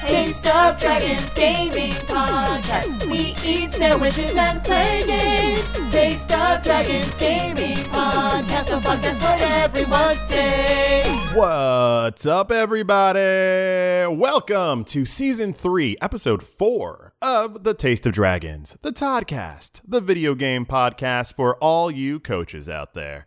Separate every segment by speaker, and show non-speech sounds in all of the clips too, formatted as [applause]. Speaker 1: Taste of Dragons Gaming Podcast. We eat sandwiches and play games. Taste of Dragons Gaming Podcast. A podcast for everyone's taste.
Speaker 2: What's up, everybody? Welcome to season three, episode four of The Taste of Dragons, the Toddcast, the video game podcast for all you coaches out there.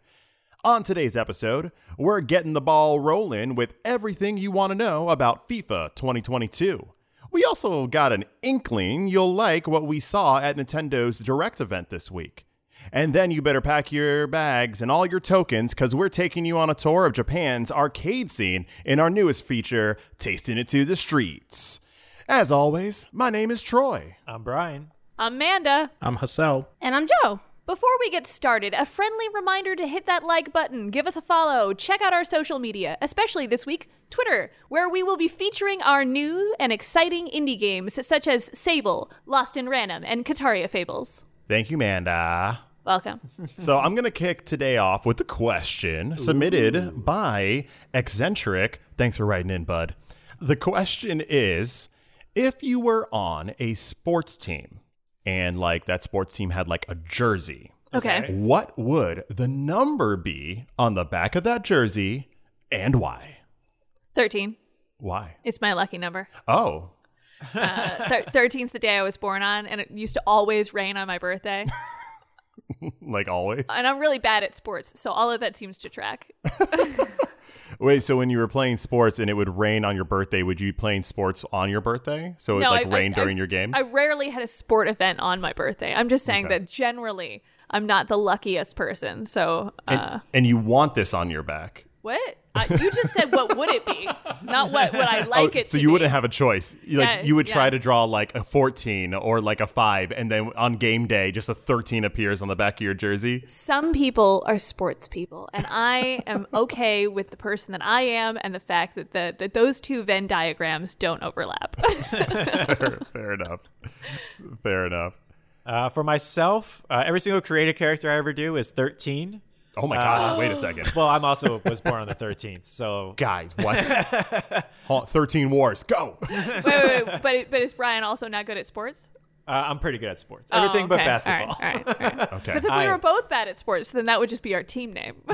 Speaker 2: On today's episode, we're getting the ball rolling with everything you want to know about FIFA 2022. We also got an inkling you'll like what we saw at Nintendo's Direct event this week. And then you better pack your bags and all your tokens because we're taking you on a tour of Japan's arcade scene in our newest feature, Tasting It to the Streets. As always, my name is Troy.
Speaker 3: I'm Brian.
Speaker 4: Amanda.
Speaker 5: I'm Hassel.
Speaker 6: And I'm Joe.
Speaker 4: Before we get started, a friendly reminder to hit that like button, give us a follow, check out our social media, especially this week, Twitter, where we will be featuring our new and exciting indie games such as Sable, Lost in Random, and Kataria Fables.
Speaker 2: Thank you, Manda.
Speaker 4: Welcome.
Speaker 2: So I'm going to kick today off with a question submitted by Eccentric. Thanks for writing in, bud. The question is if you were on a sports team and like that sports team had like a jersey,
Speaker 4: Okay.
Speaker 2: what would the number be on the back of that jersey and why?
Speaker 4: 13.
Speaker 2: Why?
Speaker 4: It's my lucky number.
Speaker 2: Oh, [laughs]
Speaker 4: Uh, thir- 13's the day I was born on, and it used to always rain on my birthday.
Speaker 2: like always.
Speaker 4: And I'm really bad at sports, so all of that seems to track.
Speaker 2: Wait, so when you were playing sports and it would rain on your birthday, would you be playing sports on your birthday? So it would like rain during your game?
Speaker 4: I rarely had a sport event on my birthday. I'm just saying
Speaker 2: Okay.
Speaker 4: that generally I'm not the luckiest person. So, uh,
Speaker 2: and, and you want this on your back.
Speaker 4: what? Uh, you just said what would it be, not what would I like
Speaker 2: [laughs] Oh,
Speaker 4: it
Speaker 2: so
Speaker 4: to
Speaker 2: you
Speaker 4: be.
Speaker 2: wouldn't have a choice. You, Like
Speaker 4: Yeah,
Speaker 2: you would try
Speaker 4: yeah.
Speaker 2: to draw like a 14 or like a 5 and then on game day just a 13 appears on the back of your jersey.
Speaker 4: Some people are sports people, and I am okay with the person that I am and the fact that, the, that those two Venn diagrams don't [laughs] overlap.
Speaker 2: [laughs] Fair enough. Fair enough.
Speaker 3: Uh, for myself, uh, every single creative character I ever do is 13.
Speaker 2: Oh my god, wait
Speaker 4: [laughs]
Speaker 2: a second.
Speaker 3: Well, I'm also was born on the 13th, so
Speaker 2: Guys, what? Huh, 13 wars. Go.
Speaker 4: wait, wait, wait. But, but is Brian also not good at sports?
Speaker 3: uh, I'm pretty good at sports.
Speaker 4: Oh,
Speaker 3: Everything but
Speaker 4: okay. All right,
Speaker 3: basketball.
Speaker 4: all right, all right.
Speaker 2: Okay.
Speaker 4: Because if we
Speaker 3: I-
Speaker 4: were both bad at sports, then that would just be our team name. [laughs]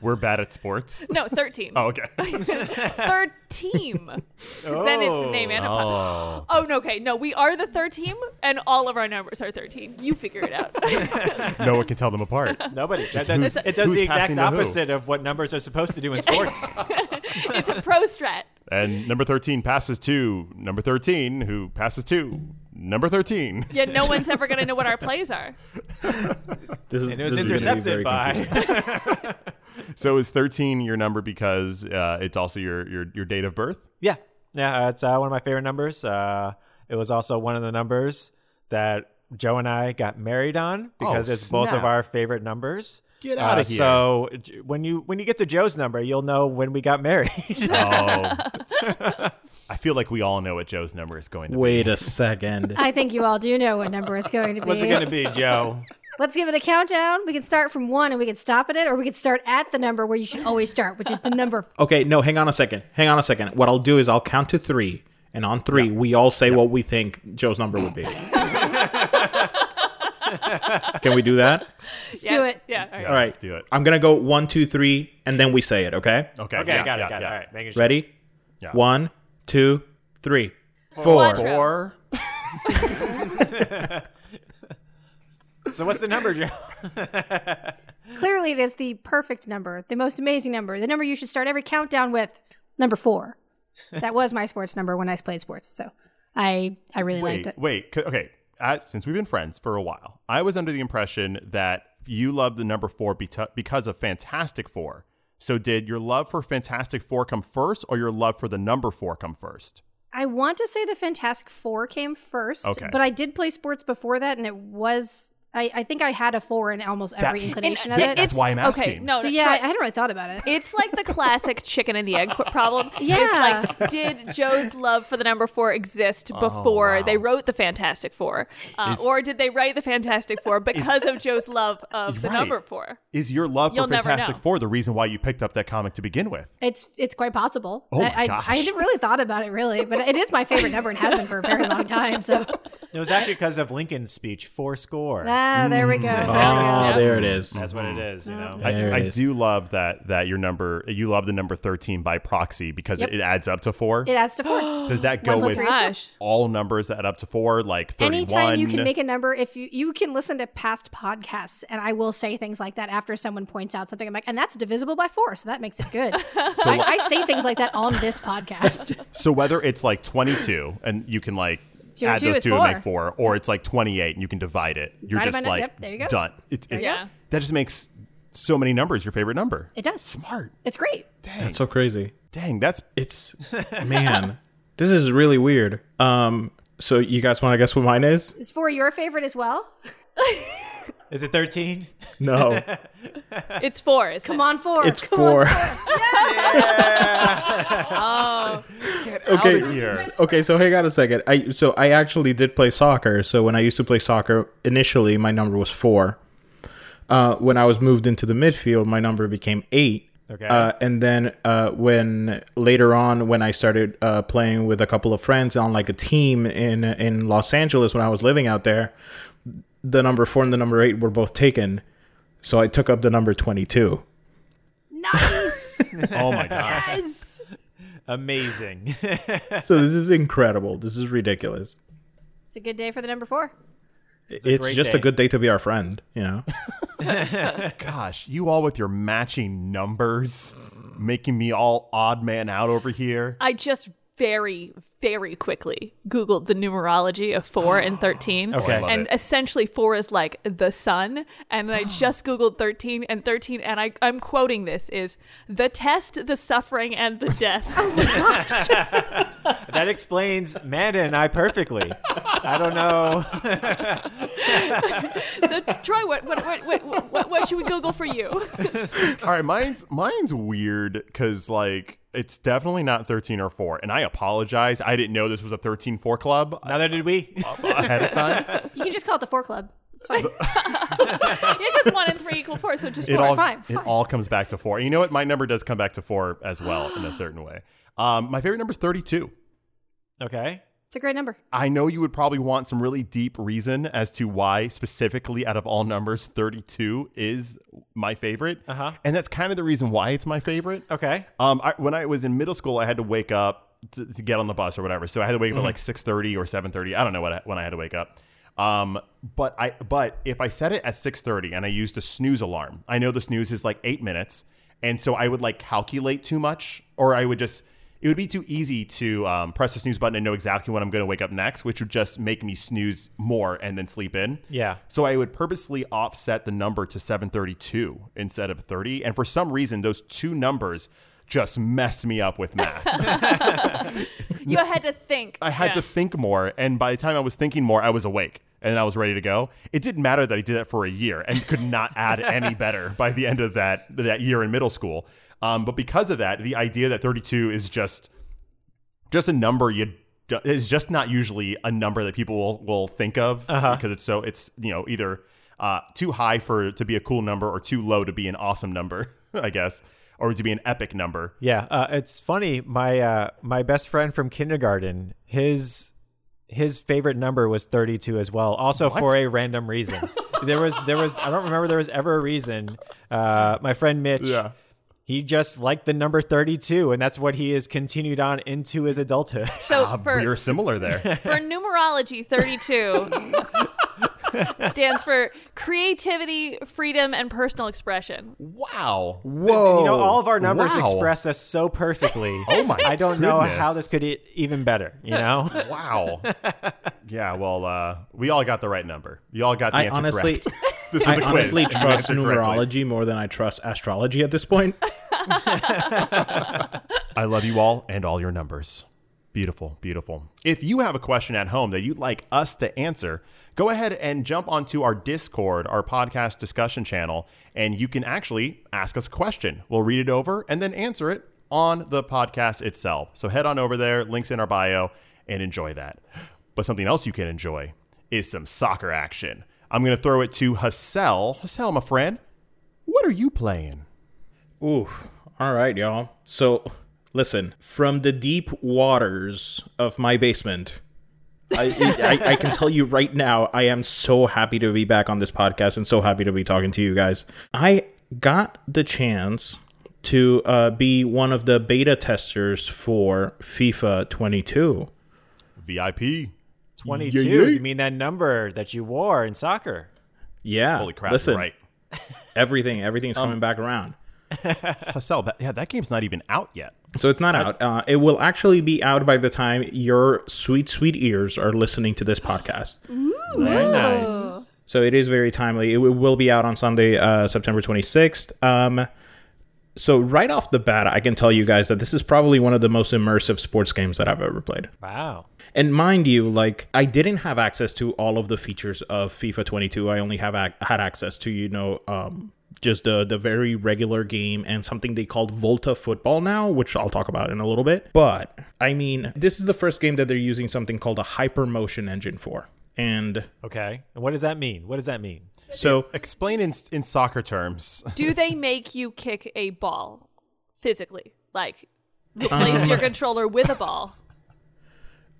Speaker 2: We're bad at sports.
Speaker 4: no, 13.
Speaker 2: Oh, okay. [laughs]
Speaker 4: Third team. 'Cause then it's name and a po-
Speaker 2: Oh.
Speaker 4: Oh, no, okay. No, we are the third team, and all of our numbers are 13. You figure it out. [laughs]
Speaker 2: No one can tell them apart.
Speaker 3: Nobody. That,
Speaker 2: who's-
Speaker 3: that's, it does
Speaker 2: who's
Speaker 3: the
Speaker 2: passing
Speaker 3: exact
Speaker 2: to who?
Speaker 3: opposite of what numbers are supposed to do
Speaker 4: [laughs]
Speaker 3: in sports.
Speaker 4: it's a pro strat.
Speaker 2: And number 13 passes to number 13 who passes to number 13.
Speaker 4: Yet no one's ever going to know what our plays are.
Speaker 5: This is,
Speaker 3: and it was
Speaker 5: this is gonna be very
Speaker 3: intercepted by.
Speaker 5: confusing.
Speaker 2: [laughs] So is 13 your number because uh, it's also your, your your date of birth?
Speaker 3: [laughs] Yeah, yeah, uh, it's uh, one of my favorite numbers. Uh, it was also one of the numbers that Joe and I got married on because it's both
Speaker 2: snap.
Speaker 3: of our favorite numbers.
Speaker 2: Get outta here.
Speaker 3: Uh, So j- when you when you get to Joe's number, you'll know when we got married. [laughs]
Speaker 2: Oh. [laughs] I feel like we all know what Joe's number is going to
Speaker 5: Wait a second. [laughs]
Speaker 6: I think you all do know what number it's going to be.
Speaker 3: [laughs] What's it gonna be,
Speaker 2: [laughs]
Speaker 3: Joe?
Speaker 6: Let's give it a countdown. We can start from one and we can stop at it, or we can start at the number where you should always start, which is the
Speaker 3: [laughs]
Speaker 6: number.
Speaker 5: Okay, no, hang on a second. Hang on a second. What I'll do is I'll count to three, and on three, we all say what we think Joe's number would be. [laughs] Can we do that?
Speaker 6: Let's
Speaker 4: Yes.
Speaker 6: [laughs] do it.
Speaker 4: Yeah. All right.
Speaker 2: be.
Speaker 5: All right.
Speaker 2: Let's do it.
Speaker 5: I'm gonna go one, two, three, and then we say it. Okay.
Speaker 2: Okay,
Speaker 3: Okay,
Speaker 2: yeah,
Speaker 3: got it,
Speaker 2: yeah,
Speaker 3: got
Speaker 2: yeah.
Speaker 3: it. All right, making sure.
Speaker 5: Ready?
Speaker 2: Yeah.
Speaker 5: One, two, three, four.
Speaker 4: Quattro.
Speaker 2: Four.
Speaker 3: So what's the number, Joe?
Speaker 6: Clearly, it is the perfect number, the most amazing number, the number you should start every countdown with. Number
Speaker 3: [laughs]
Speaker 6: four. That was my sports number when I played sports, so I I really liked
Speaker 2: Wait,
Speaker 6: it.
Speaker 2: wait. c- Okay. I, since we've been friends for a while, I was under the impression that you loved the number four beta- because of Fantastic Four. So, did your love for Fantastic Four come first, or your love for the number four come first?
Speaker 6: I want to say the Fantastic Four came first,
Speaker 2: Okay.
Speaker 6: but I did play sports before that, and it was I, I think I had a four in almost every
Speaker 2: [laughs]
Speaker 6: inclination of
Speaker 2: Th-
Speaker 6: it.
Speaker 2: that's why I'm asking.
Speaker 4: Okay, no,
Speaker 6: so
Speaker 4: no,
Speaker 6: yeah, I,
Speaker 4: try-
Speaker 6: I hadn't really thought about it.
Speaker 4: [laughs] It's like the classic chicken and the egg qu-
Speaker 6: [laughs]
Speaker 4: problem.
Speaker 6: Yeah.
Speaker 4: It's like, did Joe's love for the number four exist
Speaker 2: Oh,
Speaker 4: before they wrote the Fantastic Four? Uh, or did they write the Fantastic
Speaker 2: [laughs]
Speaker 4: Four because of Joe's love of the
Speaker 2: Right.
Speaker 4: number four?
Speaker 2: Is your love for
Speaker 4: You'll never
Speaker 2: Fantastic
Speaker 4: know.
Speaker 2: Four the reason why you picked up that comic to begin with?
Speaker 6: It's it's quite possible. I,
Speaker 2: Oh my
Speaker 6: I,
Speaker 2: gosh.
Speaker 6: I hadn't really thought about it really, but it is my favorite number and has been for a very long time. So
Speaker 3: It was actually because of Lincoln's speech, four score.
Speaker 6: ah, there we go. There we
Speaker 5: Oh,
Speaker 2: Mm.
Speaker 6: go.
Speaker 5: there it is.
Speaker 3: That's what it
Speaker 6: Mm-hmm.
Speaker 3: is, you know.
Speaker 2: I,
Speaker 5: There
Speaker 2: I
Speaker 5: it is.
Speaker 2: do love that that your number you love the number thirteen by proxy because
Speaker 6: Yep.
Speaker 2: it, it adds up [gasps] to four.
Speaker 6: It adds to four.
Speaker 2: Does that go
Speaker 6: One plus
Speaker 2: with
Speaker 6: three is four.
Speaker 4: Gosh.
Speaker 2: all numbers that add up to four, like thirty-one?
Speaker 6: Anytime you can make a number, if you you can listen to past podcasts, and I will say things like that after someone points out something. I'm like, and that's divisible by four, so that makes it good. [laughs] so I, I say things like that on this
Speaker 5: [laughs]
Speaker 6: podcast.
Speaker 2: So whether it's like twenty-two and you can like
Speaker 6: Two and
Speaker 2: add
Speaker 6: two
Speaker 2: those
Speaker 6: is
Speaker 2: two and
Speaker 6: four.
Speaker 2: make four, or it's like twenty-eight and you can divide it. You're
Speaker 6: Divide
Speaker 2: just
Speaker 6: by nu-
Speaker 2: like
Speaker 6: yep, there you go.
Speaker 2: done. It, it-
Speaker 6: you
Speaker 4: go.
Speaker 2: That just makes so many numbers your favorite number.
Speaker 6: It does.
Speaker 2: Smart.
Speaker 6: It's great.
Speaker 5: That's so crazy.
Speaker 2: Dang, that's
Speaker 5: It's man, this is really weird. Um, so you guys want to guess what mine is?
Speaker 6: Is four your favorite as well?
Speaker 3: Is it 13?
Speaker 5: No,
Speaker 4: It's four. Isn't
Speaker 6: Come on, four.
Speaker 5: it's
Speaker 6: Come
Speaker 5: four.
Speaker 6: On.
Speaker 5: [laughs] okay,
Speaker 6: Oh.
Speaker 2: out of here.
Speaker 5: okay. So hang on a second. I so I actually did play soccer. So when I used to play soccer initially, my number was four. Uh, when I was moved into the midfield, my number became eight.
Speaker 3: Okay.
Speaker 5: Uh, and then uh, when later on, when I started uh, playing with a couple of friends on like a team in in Los Angeles when I was living out there, the number four and the number eight were both taken. So I took up the number twenty two.
Speaker 6: Nice. [laughs]
Speaker 2: oh my god.
Speaker 6: nice.
Speaker 3: Amazing. [laughs]
Speaker 5: so this is incredible. This is ridiculous.
Speaker 6: It's a good day for the number four.
Speaker 5: It's,
Speaker 3: great
Speaker 5: just
Speaker 3: day.
Speaker 5: a good day to be our friend. You know.
Speaker 2: Gosh, you all with your matching numbers, making me all odd man out over here.
Speaker 4: I just very, very quickly Googled the numerology of four
Speaker 2: [gasps]
Speaker 4: and 13.
Speaker 3: Okay. I love
Speaker 4: And
Speaker 2: Oh, it.
Speaker 4: essentially, four is like the sun. And
Speaker 2: [gasps]
Speaker 4: I just Googled 13 and 13. And I, I'm quoting this is the test, the suffering, and the
Speaker 2: [laughs]
Speaker 4: death.
Speaker 3: that explains Amanda and I perfectly. I don't know.
Speaker 4: so, Troy, what, what, what, what, what, what should we Google for
Speaker 2: [laughs]
Speaker 4: you?
Speaker 2: All right, mine's mine's weird because like it's definitely not thirteen or four, and I apologize. I didn't know this was a 13-4 club
Speaker 3: Neither did we.
Speaker 2: [laughs] ahead of time.
Speaker 6: You can just call it the four club. It's
Speaker 5: [laughs]
Speaker 6: fine.
Speaker 4: Yeah, because one and three equal four. So just
Speaker 2: It
Speaker 4: four.
Speaker 2: all
Speaker 6: fine,
Speaker 2: it
Speaker 6: fine.
Speaker 2: all comes back to four. And you know what? My number does come back to four as well in a certain way. Um, my favorite number is thirty-two.
Speaker 3: Okay.
Speaker 6: It's a great number.
Speaker 2: I know you would probably want some really deep reason as to why, specifically out of all numbers, 32 is my favorite. Uh-huh. And that's kind of the reason why it's my favorite.
Speaker 3: Okay.
Speaker 2: Um, I, when I was in middle school, I had to wake up to, to get on the bus or whatever. So I had to wake up at like 6.30 or 7.30. I don't know what I, when I had to wake up. Um, but I but if I set it at 6.30 and I used a snooze alarm, I know the snooze is like eight minutes. And so I would like calculate too much or I would just it would be too easy to um, press the snooze button and know exactly when I'm going to wake up next, which would just make me snooze more and then sleep in.
Speaker 3: Yeah.
Speaker 2: So I would purposely offset the number to 732 instead of 30. And for some reason, those two numbers just messed me up with math. [laughs]
Speaker 4: You had to think.
Speaker 2: I had to think more. And by the time I was thinking more, I was awake and I was ready to go. It didn't matter that I did that for a year and could not add any better by the end of that, that year in middle school. Um, but because of that, the idea that 32 is just just a number you do, is just not usually a number that people will, will think of because it's so it's you know either uh, too high for to be a cool number or too low to be an awesome number [laughs] I guess or to be an epic number.
Speaker 3: Yeah, uh, it's funny. My uh, my best friend from kindergarten, his his favorite number was 32 as well. Also for a random reason. [laughs] there was there was I don't remember there was ever a reason. Uh, my friend Mitch,
Speaker 2: Yeah.
Speaker 3: he just liked the number 32, and that's what he has continued on into his adulthood. [laughs]
Speaker 4: So
Speaker 2: Uh,
Speaker 4: for
Speaker 2: we are similar there. [laughs]
Speaker 4: For numerology, 32 stands for creativity, freedom, and personal expression.
Speaker 2: wow.
Speaker 5: Whoa!
Speaker 3: You know, all of our numbers
Speaker 2: Oh, Wow.
Speaker 3: express us so perfectly.
Speaker 2: [laughs] Oh my
Speaker 3: I don't know
Speaker 2: goodness.
Speaker 3: how this could e- even better. You know.
Speaker 2: uh,
Speaker 3: [laughs]
Speaker 2: Wow. [laughs] yeah, well, uh, we all got the right number. You all got the
Speaker 5: I
Speaker 2: answer
Speaker 5: honestly,
Speaker 2: correct. [laughs] This was
Speaker 5: I
Speaker 2: a quiz.
Speaker 5: honestly
Speaker 2: and you
Speaker 5: trust
Speaker 2: answered correctly.
Speaker 5: numerology more than I trust astrology [laughs] at this point.
Speaker 2: I love you all and all your numbers. Beautiful, beautiful. If you have a question at home that you'd like us to answer, go ahead and jump onto our Discord, our podcast discussion channel, and you can actually ask us a question. We'll read it over and then answer it on the podcast itself. So head on over there, links in our bio, and enjoy that. But something else you can enjoy is some soccer action. I'm going to throw it to Hassel. Hassel, my friend, what are you playing?
Speaker 5: Ooh. All right, y'all. So, listen, from the deep waters of my basement, I, I, I can tell you right now, I am so happy to be back on this podcast and so happy to be talking to you guys. I got the chance to uh, be one of the beta testers for FIFA 22.
Speaker 2: VIP.
Speaker 3: 22.
Speaker 5: yeah.
Speaker 3: You mean that number that you wore in soccer?
Speaker 5: Yeah.
Speaker 2: Holy crap,
Speaker 5: Listen,
Speaker 2: you're right. Um,
Speaker 5: everything, everything's coming back around.
Speaker 2: Hassel, that, yeah, that game's not even out yet.
Speaker 5: So it's not out. Uh, it will actually be out by the time your sweet, sweet ears are listening to this podcast.
Speaker 2: Very nice.
Speaker 5: So it is very timely. It will be out on Sunday, uh, September 26th. Um, so right off the bat, I can tell you guys that this is probably one of the most immersive sports games that I've ever played.
Speaker 3: Wow.
Speaker 5: And mind you, like I didn't have access to all of the features of FIFA 22. I only have ac- had access to you know um, just the the very regular game and something they called Volta Football now, which I'll talk about in a little bit. But I mean, this is the first game that they're using something called a hypermotion engine for. And
Speaker 3: Okay. And what does that mean? What does that mean?
Speaker 5: so
Speaker 2: Explain in, in soccer terms.
Speaker 4: Do they make you kick a ball physically? Like replace
Speaker 5: Um,
Speaker 4: your controller with a ball?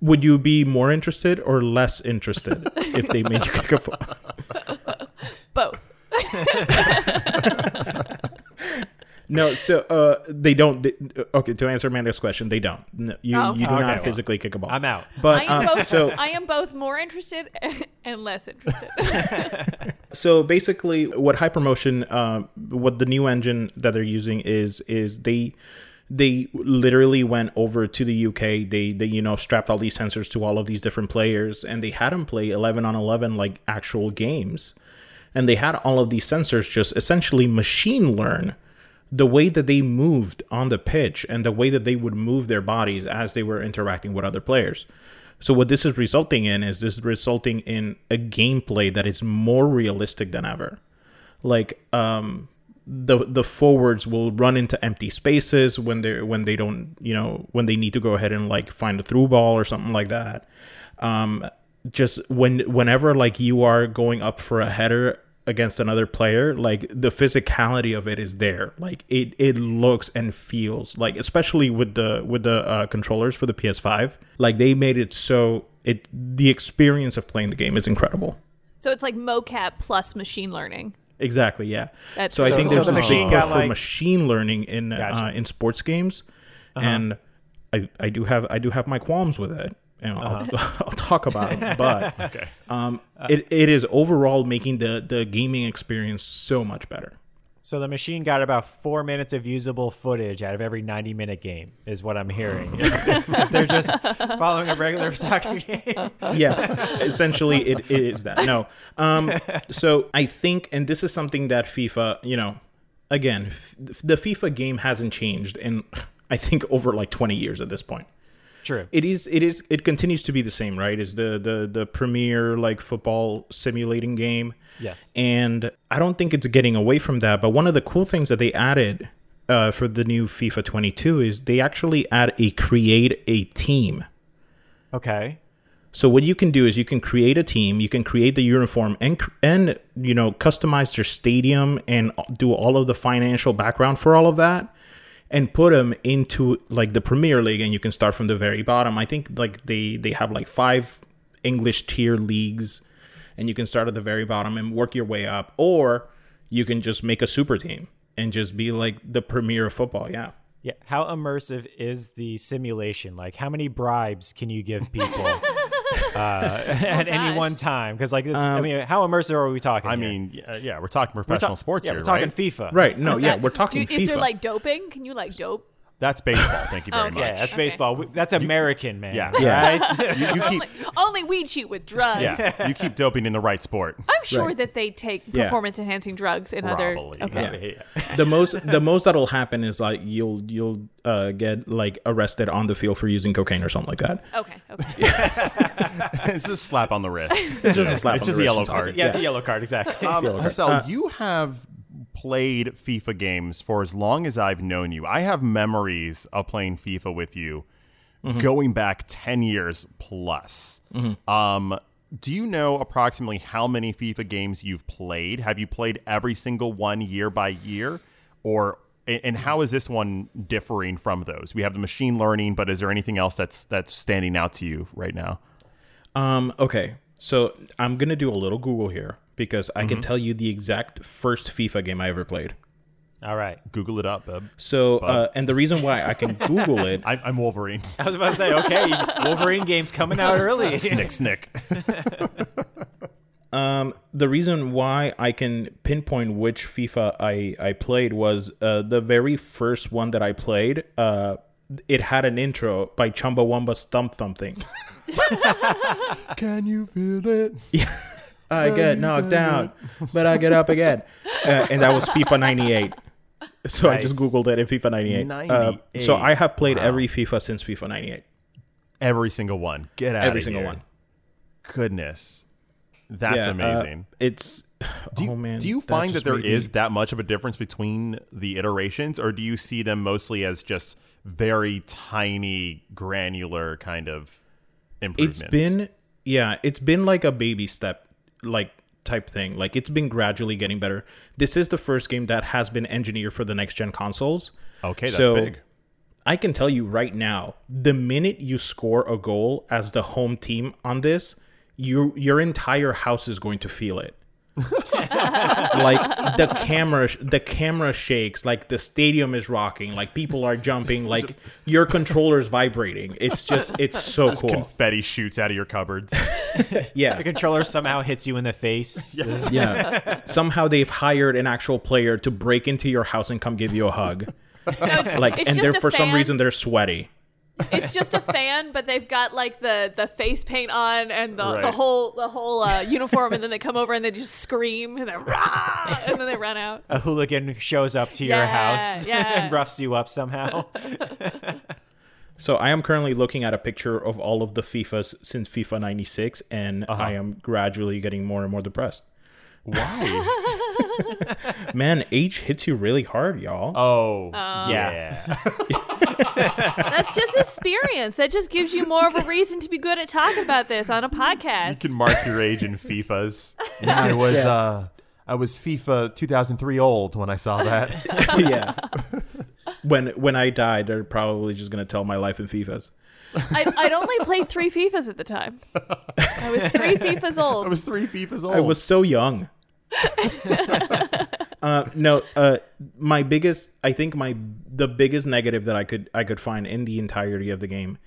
Speaker 5: would you be more interested or less
Speaker 4: [laughs]
Speaker 5: interested if they made you kick a foot?
Speaker 4: Both.
Speaker 5: No, so uh, they don't. They, okay, to answer Amanda's question, they don't. No, you
Speaker 4: Oh, okay.
Speaker 5: you do
Speaker 3: Okay,
Speaker 5: not
Speaker 3: well,
Speaker 5: physically kick a ball.
Speaker 3: I'm out.
Speaker 4: I
Speaker 5: But
Speaker 4: am
Speaker 5: uh,
Speaker 4: both.
Speaker 5: so
Speaker 4: I am both more interested [laughs] and less interested.
Speaker 5: so basically, what hypermotion, uh, what the new engine that they're using is is they they literally went over to the UK. They they you know strapped all these sensors to all of these different players, and they had them play eleven on eleven like actual games, and they had all of these sensors just essentially machine learn the way that they moved on the pitch and the way that they would move their bodies as they were interacting with other players. So what this is resulting in is this is resulting in a gameplay that is more realistic than ever. Like um the the forwards will run into empty spaces when they when they don't, you know, when they need to go ahead and like find a through ball or something like that. Um just when whenever like you are going up for a header against another player like the physicality of it is there like it it looks and feels like especially with the with the uh, controllers for the ps5 like they made it so it the experience of playing the game is incredible
Speaker 4: so it's like mocap plus machine learning.
Speaker 5: exactly yeah
Speaker 4: That's
Speaker 5: so i think
Speaker 4: so
Speaker 5: there's
Speaker 3: the
Speaker 5: this
Speaker 3: machine
Speaker 5: big
Speaker 3: got,
Speaker 5: push for
Speaker 3: like-
Speaker 5: machine learning in uh, in sports games
Speaker 3: Uh-huh.
Speaker 5: and I, I do have i do have my qualms with it you know,
Speaker 3: Uh-huh.
Speaker 5: [laughs] I'll, I'll talk about
Speaker 3: [laughs]
Speaker 5: it but um, it, it is overall making the the gaming experience so much better
Speaker 3: So the machine got about four minutes of usable footage out of every 90 minute game, is what I'm hearing. [laughs] if they're just following a regular soccer [laughs] game.
Speaker 5: yeah essentially it, it is that no
Speaker 3: [laughs]
Speaker 5: um so i think and this is something that fifa you know again f- the fifa game hasn't changed in [laughs] i think over like 20 years at this point
Speaker 3: True.
Speaker 5: it is it is it continues to be the same right is the the the premier like football simulating game
Speaker 3: Yes.
Speaker 5: and i don't think it's getting away from that but one of the cool things that they added uh, for the new fifa 22 is they actually add a create a team
Speaker 3: Okay.
Speaker 5: so what you can do is you can create a team, you can create the uniform and cr- and you know customize your stadium and do all of the financial background for all of that and put them into like the Premier League and you can start from the very bottom. I think like they they have like five English tier leagues and you can start at the very bottom and work your way up or you can just make a super team and just be like the premier of football. Yeah.
Speaker 3: Yeah. How immersive is the simulation? Like, how many bribes can you give
Speaker 4: [laughs]
Speaker 3: people uh, at any
Speaker 4: Oh gosh.
Speaker 3: one time? Because, like, this, I mean, how immersive are we talking?
Speaker 2: Um, I
Speaker 3: here?
Speaker 2: mean, yeah, yeah, we're talking
Speaker 3: We're
Speaker 2: professional
Speaker 3: talk-
Speaker 2: sports
Speaker 3: yeah,
Speaker 2: here,
Speaker 3: We're talking
Speaker 4: [laughs]
Speaker 2: right?
Speaker 3: FIFA.
Speaker 5: Right. No, yeah, we're
Speaker 4: Do,
Speaker 5: talking
Speaker 4: is there
Speaker 5: FIFA.
Speaker 4: like doping? Can you like dope?
Speaker 2: That's baseball. Thank you very
Speaker 4: Okay.
Speaker 2: much.
Speaker 3: Yeah, that's
Speaker 4: Okay.
Speaker 3: baseball. We- That's American, man.
Speaker 2: Yeah.
Speaker 5: Yeah.
Speaker 3: [laughs] Right?
Speaker 2: You, you
Speaker 4: [laughs]
Speaker 2: keep,
Speaker 4: Only, only we cheat with drugs.
Speaker 2: yeah, you keep doping in the right sport.
Speaker 4: I'm sure
Speaker 5: Right.
Speaker 4: that they take
Speaker 5: Yeah.
Speaker 4: performance enhancing drugs in
Speaker 2: Probably.
Speaker 4: other. Okay.
Speaker 2: [laughs]
Speaker 5: Yeah. the most the most that'll happen is like you'll you'll uh, get like arrested on the field for using cocaine or something like that.
Speaker 4: Okay. Okay.
Speaker 2: it's just slap on the wrist.
Speaker 4: [laughs]
Speaker 5: It's just a slap.
Speaker 2: It's just
Speaker 5: on the
Speaker 2: a
Speaker 5: wrist
Speaker 2: yellow
Speaker 5: and stuff.
Speaker 2: card.
Speaker 3: yeah, it's a yellow card, exactly.
Speaker 2: Um,
Speaker 5: Yellow card.
Speaker 2: Hassel, you have played FIFA games for as long as I've known you. I have memories of playing FIFA with you going back 10 years plus. Um, do you know approximately how many FIFA games you've played? Have you played every single one year by year? Or a- and how is this one differing from those? We have the machine learning, but is there anything else that's that's standing out to you right now?
Speaker 5: Um, okay, so I'm gonna do a little Google here because I
Speaker 2: Mm-hmm.
Speaker 5: can tell you the exact first FIFA game I ever played.
Speaker 3: All right.
Speaker 2: Google it up, bub.
Speaker 5: So, uh, and the reason why I can Google it,
Speaker 2: [laughs] I, I'm Wolverine.
Speaker 3: I was about to say, okay, Wolverine game's coming
Speaker 2: [laughs]
Speaker 3: out early.
Speaker 2: snick, snick.
Speaker 5: the reason why I can pinpoint which FIFA I I played was uh, the very first one that I played. Uh, it had an intro by Chumbawamba Stump Thumping.
Speaker 2: Can you feel it?
Speaker 5: I
Speaker 2: Oh,
Speaker 5: get knocked down, [laughs] but I get up again. Uh, and that was FIFA 98. So I just
Speaker 3: Nice.
Speaker 5: Googled it in FIFA 98. Uh,
Speaker 2: 98.
Speaker 5: so I have played every FIFA since FIFA 98.
Speaker 2: Every single one. Get out
Speaker 5: Every single one.
Speaker 2: Goodness. That's
Speaker 5: Yeah, uh,
Speaker 2: amazing.
Speaker 5: it's.
Speaker 2: do you,
Speaker 5: oh, man.
Speaker 2: do you find that
Speaker 5: just
Speaker 2: there
Speaker 5: made me-
Speaker 2: is that much of a difference between the iterations, or do you see them mostly as just very tiny, granular kind of improvements?
Speaker 5: It's been. Yeah, it's been like a baby step, like type thing. Like it's been gradually getting better. This is the first game that has been engineered for the next gen consoles.
Speaker 2: okay. That's
Speaker 5: so-
Speaker 2: big.
Speaker 5: I can tell you right now, the minute you score a goal as the home team on this, you your entire house is going to feel
Speaker 2: [laughs]
Speaker 5: it. like the camera sh- the camera shakes, like the stadium is rocking, like people are
Speaker 2: [laughs]
Speaker 5: jumping, like your controller's vibrating. It's just it's so cool.
Speaker 2: Confetti shoots out of your
Speaker 5: [laughs]
Speaker 2: cupboards.
Speaker 5: yeah.
Speaker 3: [laughs] The controller somehow hits you in
Speaker 2: [laughs]
Speaker 3: the face. Just-
Speaker 4: [laughs]
Speaker 5: Yeah. Somehow they've hired an actual player to break into your house and come give you a
Speaker 4: [laughs]
Speaker 5: hug. [laughs] like
Speaker 4: it's
Speaker 5: and
Speaker 4: just
Speaker 5: they're
Speaker 4: a
Speaker 5: for some
Speaker 4: fan.
Speaker 5: reason they're sweaty.
Speaker 4: it's just a fan, but they've got like the the face paint on and the, the
Speaker 2: Right.
Speaker 4: whole the whole uh, uniform, and then they come over and they just scream and then rah, and then they run out.
Speaker 3: A hooligan shows up to
Speaker 4: Yeah,
Speaker 3: your house [laughs]
Speaker 4: yeah.
Speaker 3: and roughs you
Speaker 4: [laughs]
Speaker 3: up somehow.
Speaker 5: So I am currently looking at a picture of all of the FIFAs since FIFA 96, and I am gradually getting more and more depressed.
Speaker 2: Why?
Speaker 5: Man, [laughs] age hits you really hard, y'all.
Speaker 2: Oh,
Speaker 3: Yeah.
Speaker 2: yeah.
Speaker 4: That's just experience. That just gives you more of a reason to be good at talking about this on a podcast.
Speaker 2: [laughs] You can mark your age in FIFAs. I was uh, I was FIFA 2003 old when I saw that.
Speaker 5: [laughs] yeah. [laughs] when when I die, they're probably just gonna tell my life in FIFAs.
Speaker 4: I, I'd only played three FIFAs at the time. I was three FIFAs old.
Speaker 2: I was three FIFAs old.
Speaker 4: Oh.
Speaker 5: I was
Speaker 4: [laughs]
Speaker 5: so young. uh, no, uh, my biggest, I think my the biggest negative that I could I could find in the entirety of the game.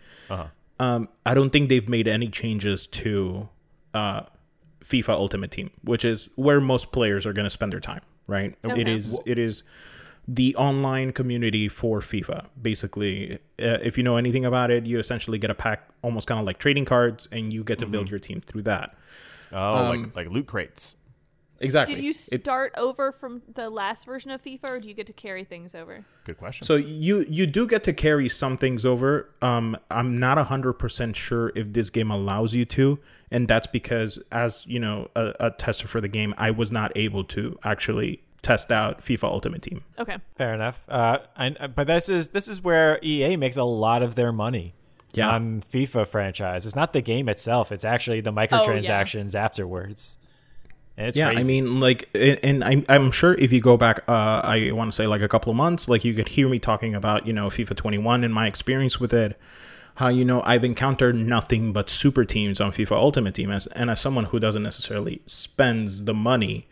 Speaker 5: Um, I don't think they've made any changes to uh, FIFA Ultimate Team, which is where most players are going to spend their time. Right? It is it is the online community for FIFA. Basically, uh, if you know anything about it, you essentially get a pack, almost kind of like trading cards, and you get to build your team through that.
Speaker 2: Oh,
Speaker 5: um,
Speaker 2: like like loot crates.
Speaker 5: Exactly.
Speaker 4: Did you
Speaker 5: It-
Speaker 4: start over from the last version of FIFA, or do you get to carry things over?
Speaker 2: Good question.
Speaker 5: so you you do get to carry some things over. Um, I'm not hundred percent sure if this game allows you to, and that's because as you know, a, a tester for the game, I was not able to actually test out FIFA Ultimate Team.
Speaker 4: Okay.
Speaker 3: Fair enough. Uh, and, but this is this is where EA makes a lot of their money.
Speaker 5: Yeah.
Speaker 3: On FIFA franchise, it's not the game itself; it's actually
Speaker 4: Oh,
Speaker 3: the microtransactions afterwards. And it's
Speaker 5: yeah,
Speaker 3: crazy.
Speaker 5: I mean, like, and, and I'm I'm sure if you go back, uh, I want to say like a couple of months, like you could hear me talking about you know FIFA 21 and my experience with it. How you know I've encountered nothing but super teams on FIFA Ultimate Team, as and as someone who doesn't necessarily spends the money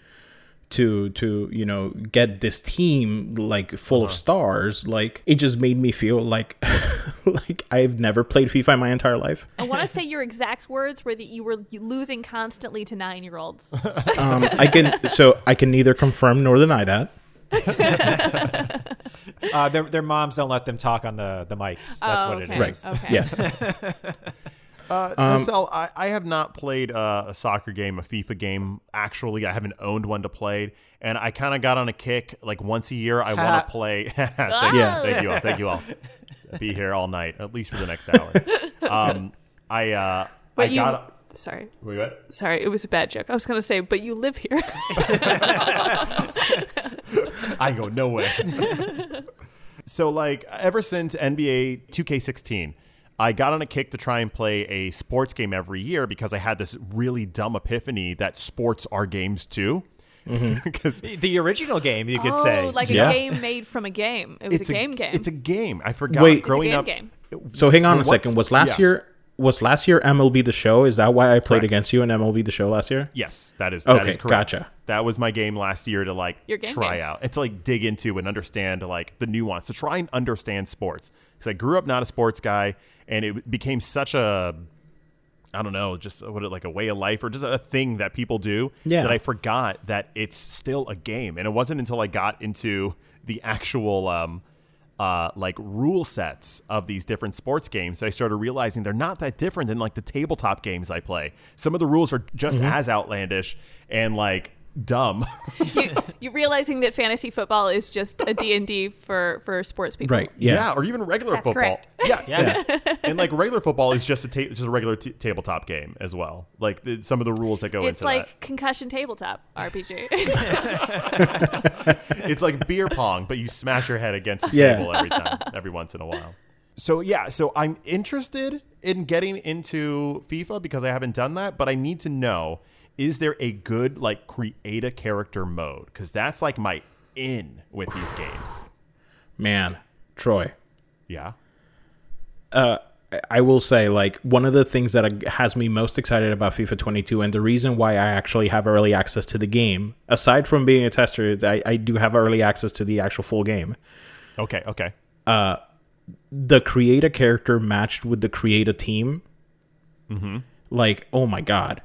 Speaker 5: to to you know get this team like full of stars, like it just made me feel like [laughs] like I've never played FIFA in my entire life.
Speaker 4: I want to say your exact words were that you were losing
Speaker 2: [laughs]
Speaker 4: constantly to nine year olds.
Speaker 5: Um, I can so I can neither confirm nor deny that.
Speaker 3: Uh, their, their moms don't let them talk on the, the mics. That's
Speaker 4: oh,
Speaker 3: what
Speaker 4: okay.
Speaker 3: it is.
Speaker 4: Okay.
Speaker 5: Yeah.
Speaker 2: Uh, SL, I, I have not played uh, a soccer game, a FIFA game. Actually, I haven't owned one to play, and I kind of got on a kick. Like once a year, I want to play. [laughs] thank,
Speaker 4: Yeah.
Speaker 2: thank you all. Thank you all. Be here all night, at least for the next
Speaker 4: [laughs]
Speaker 2: hour. Um, I uh, I
Speaker 4: But you.
Speaker 2: got.
Speaker 4: Sorry.
Speaker 2: Wait, what?
Speaker 4: Sorry. It was a bad joke. I was going to say, but you live here.
Speaker 2: I
Speaker 4: [laughs]
Speaker 2: go nowhere. [laughs] so like ever since NBA 2K16, I got on a kick to try and play a sports game every year because I had this really dumb epiphany that sports are games too.
Speaker 5: Mm-hmm.
Speaker 2: [laughs] Because
Speaker 3: The- The original game, you could
Speaker 4: oh,
Speaker 3: say.
Speaker 4: like
Speaker 5: Yeah.
Speaker 4: a game made from a game. It was a game game.
Speaker 2: It's a game. I forgot.
Speaker 5: Wait. It's a
Speaker 2: growing
Speaker 4: game
Speaker 2: up.
Speaker 4: game.
Speaker 5: So hang on a
Speaker 2: What's-
Speaker 5: second. Was last
Speaker 2: yeah.
Speaker 5: year was last year MLB the show? Is that why I played
Speaker 2: Correct.
Speaker 5: against you in MLB the show last year?
Speaker 2: Yes, that is. that
Speaker 5: Okay,
Speaker 2: is correct.
Speaker 5: gotcha.
Speaker 2: That was my game last year to like
Speaker 4: Your game
Speaker 2: try
Speaker 4: game.
Speaker 2: out and to like dig into and understand like the nuance to try and understand sports because I grew up not a sports guy and it became such a I don't know just uh, what it- like a way of life or just a thing that people do
Speaker 5: Yeah.
Speaker 2: that I forgot that it's still a game and it wasn't until I got into the actual um uh, like rule sets of these different sports games, that I started realizing they're not that different than like the tabletop games I play. Some of the rules are just
Speaker 5: Mm-hmm.
Speaker 2: as outlandish and like dumb.
Speaker 4: you, you realizing that fantasy football is just a D&D for, for sports people.
Speaker 5: Right. [laughs] Yeah.
Speaker 2: [laughs] or even regular
Speaker 6: That's
Speaker 2: football.
Speaker 6: correct.
Speaker 5: [laughs]
Speaker 2: Yeah, yeah. and like regular football is just a ta- just a regular t- tabletop game as well. Like the, some of the rules that go
Speaker 4: It's
Speaker 2: into
Speaker 4: like concussion tabletop RPG.
Speaker 2: that. It's like beer pong, but you smash your head against the
Speaker 5: Yeah.
Speaker 2: table every time, every once in a while. So yeah, so I'm interested in getting into FIFA because I haven't done that, but I need to know is there a good like create a character mode because that's like my in with these games.
Speaker 5: Man, Troy.
Speaker 2: Yeah.
Speaker 5: I will say, like, one of the things that uh, has me most excited about FIFA 22, and the reason why I actually have early access to the game, aside from being a tester, I, I do have early access to the actual full game.
Speaker 2: Okay. Okay.
Speaker 5: The create a character matched with the create a team,
Speaker 2: Mm-hmm.
Speaker 5: like, oh my God.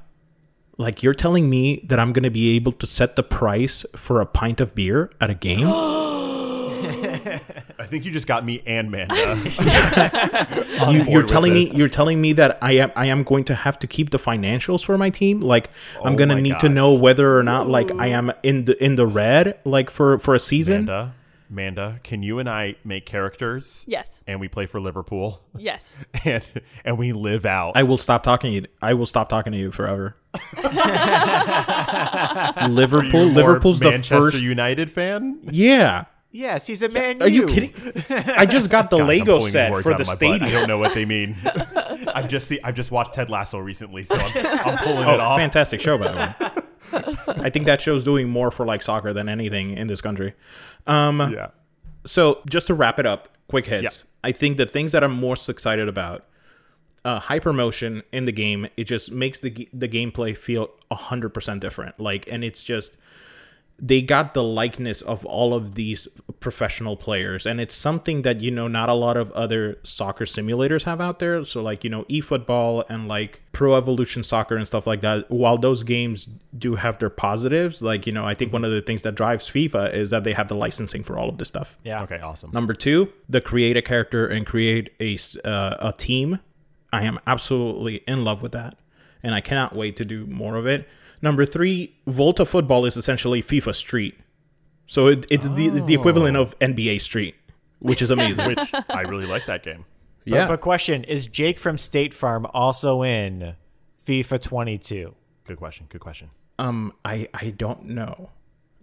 Speaker 5: Like, you're telling me that I'm going to be able to set the price for a pint of beer at
Speaker 2: [gasps]
Speaker 5: a game?
Speaker 2: I think you just got me and Manda. [laughs] on
Speaker 5: you,
Speaker 2: board
Speaker 5: you're
Speaker 2: with
Speaker 5: telling me
Speaker 2: this.
Speaker 5: you're telling me that I am I am going to have to keep the financials for my team. Like I'm
Speaker 2: Oh
Speaker 5: gonna
Speaker 2: my
Speaker 5: need to
Speaker 2: gosh.
Speaker 5: know whether or not like I am in the in the red like for for a season.
Speaker 2: Manda, Manda, can you and I make characters?
Speaker 4: [laughs] Yes.
Speaker 2: And we play for Liverpool, [laughs]
Speaker 4: yes.
Speaker 2: and and we live out.
Speaker 5: I will stop talking. to you. I will stop talking to
Speaker 2: [laughs]
Speaker 5: you forever. Liverpool.
Speaker 2: Or
Speaker 5: Liverpool's the
Speaker 2: Manchester
Speaker 5: first.
Speaker 2: United fan.
Speaker 5: yeah.
Speaker 3: yes, he's a man.
Speaker 5: Are you kidding? I just got the
Speaker 2: [laughs] Guys, I'm
Speaker 5: Lego
Speaker 2: pulling these
Speaker 5: set
Speaker 2: words
Speaker 5: for
Speaker 2: out
Speaker 5: the
Speaker 2: of my butt. I
Speaker 5: stadium.
Speaker 2: don't know what
Speaker 5: [laughs]
Speaker 2: they mean. I've just see, I've just watched Ted Lasso recently, so I'm,
Speaker 5: [laughs]
Speaker 2: I'm pulling it off.
Speaker 5: Oh, Fantastic show, by the way.
Speaker 2: [laughs]
Speaker 5: I think that show's doing more for like soccer than anything in this country.
Speaker 2: Yeah.
Speaker 5: So just to wrap it up, quick hits. I think the things that I'm most excited about, uh, hypermotion in the game, it just makes the g- the gameplay feel hundred percent different. Like, and it's just they got the likeness of all of these professional players and it's something that you know not a lot of other soccer simulators have out there so like you know eFootball and like Pro Evolution Soccer and stuff like that while those games do have their positives like you know I think one of the things that drives FIFA is that they have the licensing for all of this stuff
Speaker 3: Yeah.
Speaker 2: Okay. Awesome.
Speaker 5: Number two, the create a character and create a s- uh, a team. I am absolutely in love with that, and I cannot wait to do more of it. Number three, Volta Football is essentially FIFA Street, so it, it's the the equivalent of NBA Street, which
Speaker 4: [laughs]
Speaker 5: is amazing.
Speaker 2: Which I really like that game.
Speaker 5: yeah,
Speaker 3: But question is Jake from State Farm also in FIFA 22?
Speaker 2: Good question. Good question.
Speaker 5: um, I I don't know.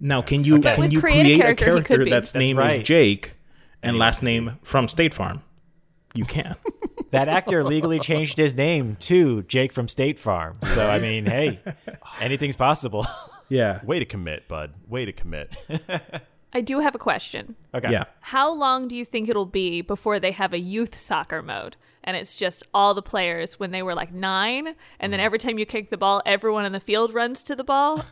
Speaker 5: Now, can you
Speaker 2: But
Speaker 5: can
Speaker 4: with
Speaker 5: you
Speaker 4: create a
Speaker 5: create a
Speaker 4: character, he could
Speaker 5: character
Speaker 4: be.
Speaker 5: that's,
Speaker 3: That's
Speaker 5: name
Speaker 3: right.
Speaker 5: is Jake and last name from State Farm? You can.
Speaker 3: That actor legally changed his name to Jake from State Farm. So I mean, hey, anything's possible.
Speaker 5: [laughs]
Speaker 3: [laughs]
Speaker 5: yeah.
Speaker 2: Way to commit, bud. Way to commit.
Speaker 5: [laughs]
Speaker 4: I do have a question.
Speaker 3: Okay.
Speaker 5: Yeah.
Speaker 4: How long do you think it'll be before they have a youth soccer mode? and it's just all the players when they were like nine, and
Speaker 2: Mm.
Speaker 4: then every time you kick the ball, everyone in the field runs to the ball.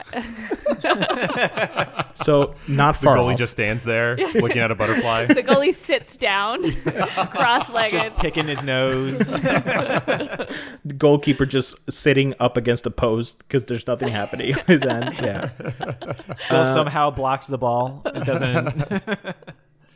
Speaker 5: So not [laughs]
Speaker 2: The
Speaker 5: far.
Speaker 2: goalie
Speaker 5: off.
Speaker 2: just stands there
Speaker 5: [laughs]
Speaker 2: looking at a butterfly.
Speaker 4: the goalie sits
Speaker 2: [laughs]
Speaker 4: down, [laughs] cross-legged.
Speaker 3: Just picking his nose.
Speaker 5: the goalkeeper just sitting up against the post because there's nothing happening on his end.
Speaker 2: [laughs]
Speaker 5: Yeah. Uh,
Speaker 3: Still somehow blocks the
Speaker 5: [laughs]
Speaker 3: ball. It doesn't.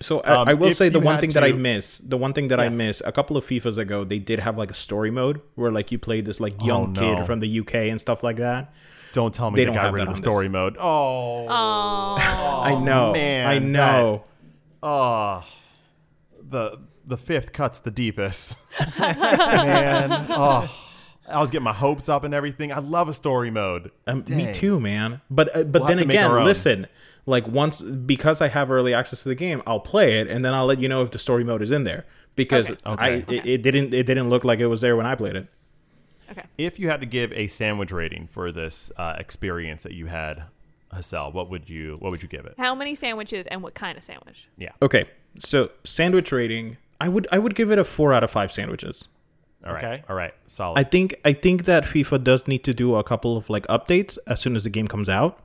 Speaker 5: So I,
Speaker 2: Um,
Speaker 5: I will
Speaker 2: if
Speaker 5: say the
Speaker 2: you
Speaker 5: one
Speaker 2: had
Speaker 5: thing that I
Speaker 2: to-
Speaker 5: miss, the one thing that I
Speaker 3: Yes.
Speaker 5: miss, a couple of FIFAs ago, they did have like a story mode where like you played this like young
Speaker 2: Oh, no.
Speaker 5: kid from the UK and stuff like that.
Speaker 2: Don't tell me
Speaker 5: They
Speaker 2: they
Speaker 5: don't
Speaker 2: got
Speaker 5: have
Speaker 2: rid
Speaker 5: that
Speaker 2: of the
Speaker 5: on this.
Speaker 2: story mode. Oh,
Speaker 5: I know,
Speaker 2: man,
Speaker 5: I know.
Speaker 2: oh, the the fifth cuts the
Speaker 5: [laughs]
Speaker 2: deepest. [laughs] man, oh, I was getting my hopes up and everything. I love a story mode.
Speaker 5: Um, me
Speaker 2: Dang.
Speaker 5: too, man. But uh, but
Speaker 2: We'll have to
Speaker 5: then
Speaker 2: make our
Speaker 5: again,
Speaker 2: own.
Speaker 5: listen. Like once because I have early access to the game, I'll play it and then I'll let you know if the story mode is in there because I
Speaker 2: Okay.
Speaker 5: It, it didn't it didn't look like it was there when I played it.
Speaker 2: If you had to give a sandwich rating for this uh, experience that you had, Hassel, what would you what would you give it?
Speaker 4: How many sandwiches and what kind of sandwich?
Speaker 2: Yeah.
Speaker 5: Okay, so sandwich rating, I would I would give it a four out of five sandwiches.
Speaker 2: All right.
Speaker 3: Okay.
Speaker 2: All right. Solid.
Speaker 5: I think I think that FIFA does need to do a couple of like updates as soon as the game comes out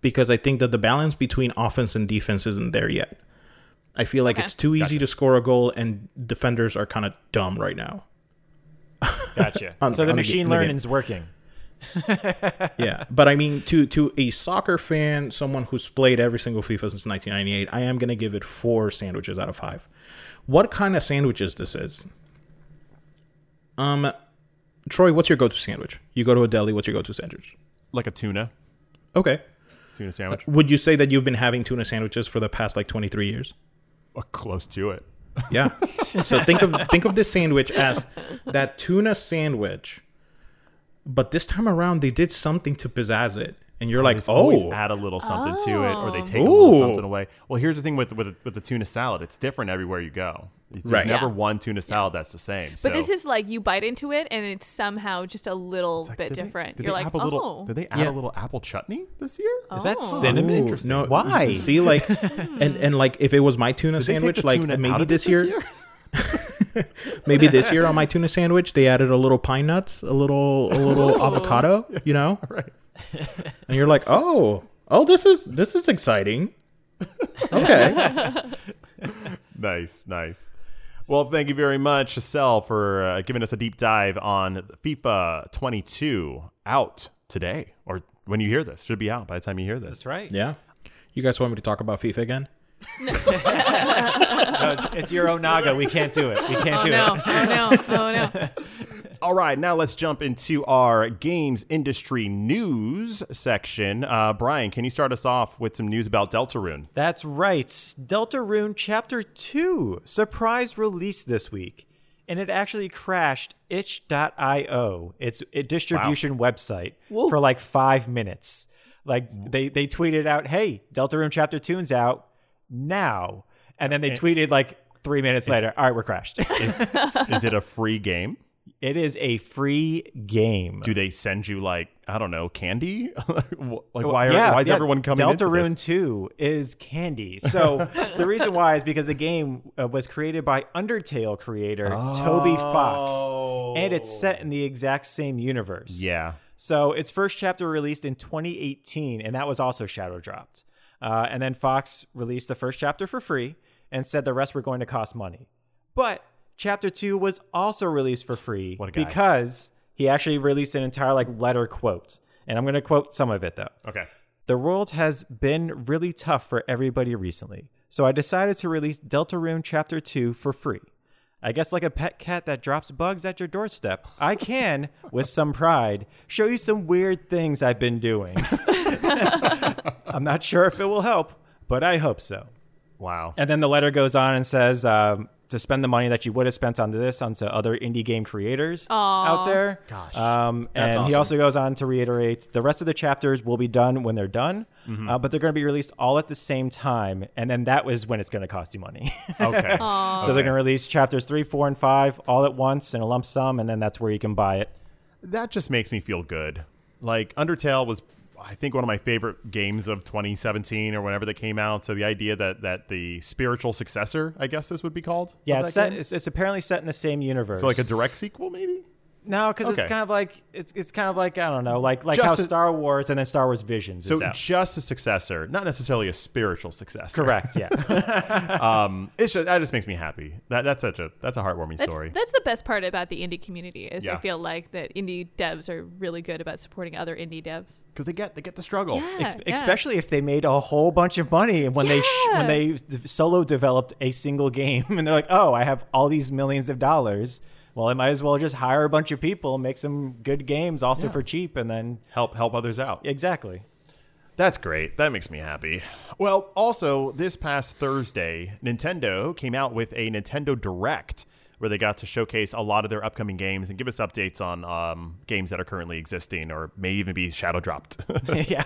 Speaker 5: because I think that the balance between offense and defense isn't there yet. I feel like
Speaker 4: Okay.
Speaker 5: it's too easy to score a goal and defenders are kind of dumb right now. [laughs]
Speaker 3: Gotcha.
Speaker 5: On-
Speaker 3: so the
Speaker 5: on the ga-
Speaker 3: machine
Speaker 5: in the game.
Speaker 3: learning's working.
Speaker 5: yeah, but I mean to to a soccer fan, someone who's played every single FIFA since 1998, I am going to give it 4 sandwiches out of 5. What kind of sandwiches this is? Um Troy, what's your go-to sandwich? You go to a deli, what's your go-to sandwich?
Speaker 2: like a tuna.
Speaker 5: Okay.
Speaker 2: Tuna sandwich.
Speaker 5: Would you say that you've been having tuna sandwiches for the past like 23 years?
Speaker 2: Uh, close to it.
Speaker 5: Yeah. so think of think of this sandwich as that tuna sandwich. But this time around they did something to pizzazz it. And you're like,
Speaker 2: They always
Speaker 5: "Oh,
Speaker 2: add a little something to it, or they take a little
Speaker 5: Ooh.
Speaker 2: something away. Well, here's the thing with with with the tuna salad. It's different everywhere you go. There's
Speaker 5: Right.
Speaker 2: never
Speaker 4: Yeah.
Speaker 2: one tuna salad that's the same.
Speaker 4: But this is like you bite into it and it's somehow just a little bit different.
Speaker 2: Did
Speaker 4: You're like,
Speaker 2: they have a little,
Speaker 4: oh,
Speaker 2: Did they add a
Speaker 5: Yeah.
Speaker 2: little apple chutney this year?
Speaker 3: Is that
Speaker 4: Oh.
Speaker 5: Ooh,
Speaker 3: cinnamon?
Speaker 5: No,
Speaker 3: Why?
Speaker 5: See, like, and and like, if it was my tuna
Speaker 2: Did they take
Speaker 5: sandwich,
Speaker 2: the
Speaker 5: like
Speaker 2: tuna out
Speaker 5: maybe
Speaker 2: of it
Speaker 5: this year, [laughs] maybe this
Speaker 2: [laughs]
Speaker 5: year on my tuna sandwich, they added a little pine nuts, a little
Speaker 2: [laughs]
Speaker 5: a little avocado, you know. Right. And you're like, oh, oh, this is this is
Speaker 2: [laughs]
Speaker 5: exciting. Okay.
Speaker 2: Nice, nice. Well, thank you very much, Chassel, for uh, giving us a deep dive on FIFA 22 out today, or when you hear this, should be out by the time you hear this.
Speaker 3: That's right.
Speaker 5: yeah. You guys want me to talk about FIFA again?
Speaker 3: No, it's, it's your Onaga. We can't do it. We
Speaker 4: [laughs]
Speaker 3: can't
Speaker 4: oh
Speaker 3: do
Speaker 4: no,
Speaker 3: it.
Speaker 4: oh no, oh
Speaker 2: [laughs]
Speaker 4: no.
Speaker 2: All right, now let's jump into our games industry news section. Uh, Brian, can you start us off with some news about Deltarune?
Speaker 3: That's right. Deltarune Chapter 2 surprise release this week. And it actually crashed itch.io, its a distribution website, for like five minutes. Like they, they tweeted out, hey, Deltarune Chapter 2's out now. And then they tweeted like three minutes later, all right, we're crashed. [laughs]
Speaker 2: Is it a free game?
Speaker 3: it is a free game.
Speaker 2: Do they send you like I don't know candy? [laughs] like why are, why is everyone coming? into
Speaker 3: Deltarune
Speaker 2: this?
Speaker 3: 2 is candy.
Speaker 2: [laughs]
Speaker 3: So the reason why is because the game uh, was created by Undertale creator Toby Fox, and it's set in the exact same universe.
Speaker 2: Oh. Yeah.
Speaker 3: So its first chapter released in 2018, and that was also shadow dropped. Uh, and then Fox released the first chapter for free and said the rest were going to cost money. But chapter two was also released for free
Speaker 2: What a guy.
Speaker 3: because he actually released an entire like letter quote. And I'm going to quote some of it though.
Speaker 2: Okay.
Speaker 3: The world has been really tough for everybody recently, so I decided to release Deltarune Chapter 2 for free. I guess, like a pet cat that drops bugs at your doorstep, I can, with some pride, show you some weird things I've been doing. [laughs] I'm not sure if it will help, but I hope so. [laughs]
Speaker 2: Wow.
Speaker 3: And then the letter goes on and says um, to spend the money that you would have spent on this onto other indie game creators out there. Gosh, um, and
Speaker 5: That's
Speaker 3: he
Speaker 5: awesome.
Speaker 3: also goes on to reiterate the rest of the chapters will be done when they're done,
Speaker 2: Mm-hmm.
Speaker 3: uh, but they're going to be released all at the same time, and then that was when it's going to cost you money. [laughs]
Speaker 2: Okay.
Speaker 3: so they're going to release chapters three, four, and five all at once in a lump sum, and then that's where you can buy it.
Speaker 2: that just makes me feel good. Like Undertale was I think one of my favorite games of 2017 or whenever they came out. So the idea that that the spiritual successor, I guess this would be called.
Speaker 3: Yeah,
Speaker 2: of
Speaker 3: it's,
Speaker 2: that
Speaker 3: set,
Speaker 2: game?
Speaker 3: it's, it's apparently set in the same universe.
Speaker 2: so like a direct sequel, maybe.
Speaker 3: no, because
Speaker 2: Okay.
Speaker 3: it's kind of like it's it's kind of like I don't know, like like how
Speaker 2: Just a-
Speaker 3: Star Wars and then Star Wars Visions.
Speaker 2: So
Speaker 3: is out.
Speaker 2: just a successor, not necessarily a spiritual successor.
Speaker 3: correct, yeah.
Speaker 2: [laughs] It's just, that just makes me happy. That that's such a that's a heartwarming
Speaker 4: That's,
Speaker 2: story.
Speaker 4: that's the best part about the indie community is
Speaker 2: Yeah.
Speaker 4: I feel like that indie devs are really good about supporting other indie devs.
Speaker 2: Because they get they get the struggle.
Speaker 4: Yeah,
Speaker 3: Ex-
Speaker 4: yeah.
Speaker 3: Especially if they made a whole bunch of money and when they sh- when
Speaker 4: Yeah.
Speaker 3: they d- solo developed a single game [laughs] and they're like, oh, I have all these millions of dollars. Well, I might as well just hire a bunch of people, make some good games also
Speaker 2: Yeah.
Speaker 3: for cheap, and then [laughs]
Speaker 2: Help help others out.
Speaker 3: exactly. [laughs]
Speaker 2: That's great. That makes me happy. Well, also, this past Thursday, Nintendo came out with a Nintendo Direct where they got to showcase a lot of their upcoming games and give us updates on um, games that are currently existing or may even be shadow dropped. [laughs]
Speaker 3: yeah.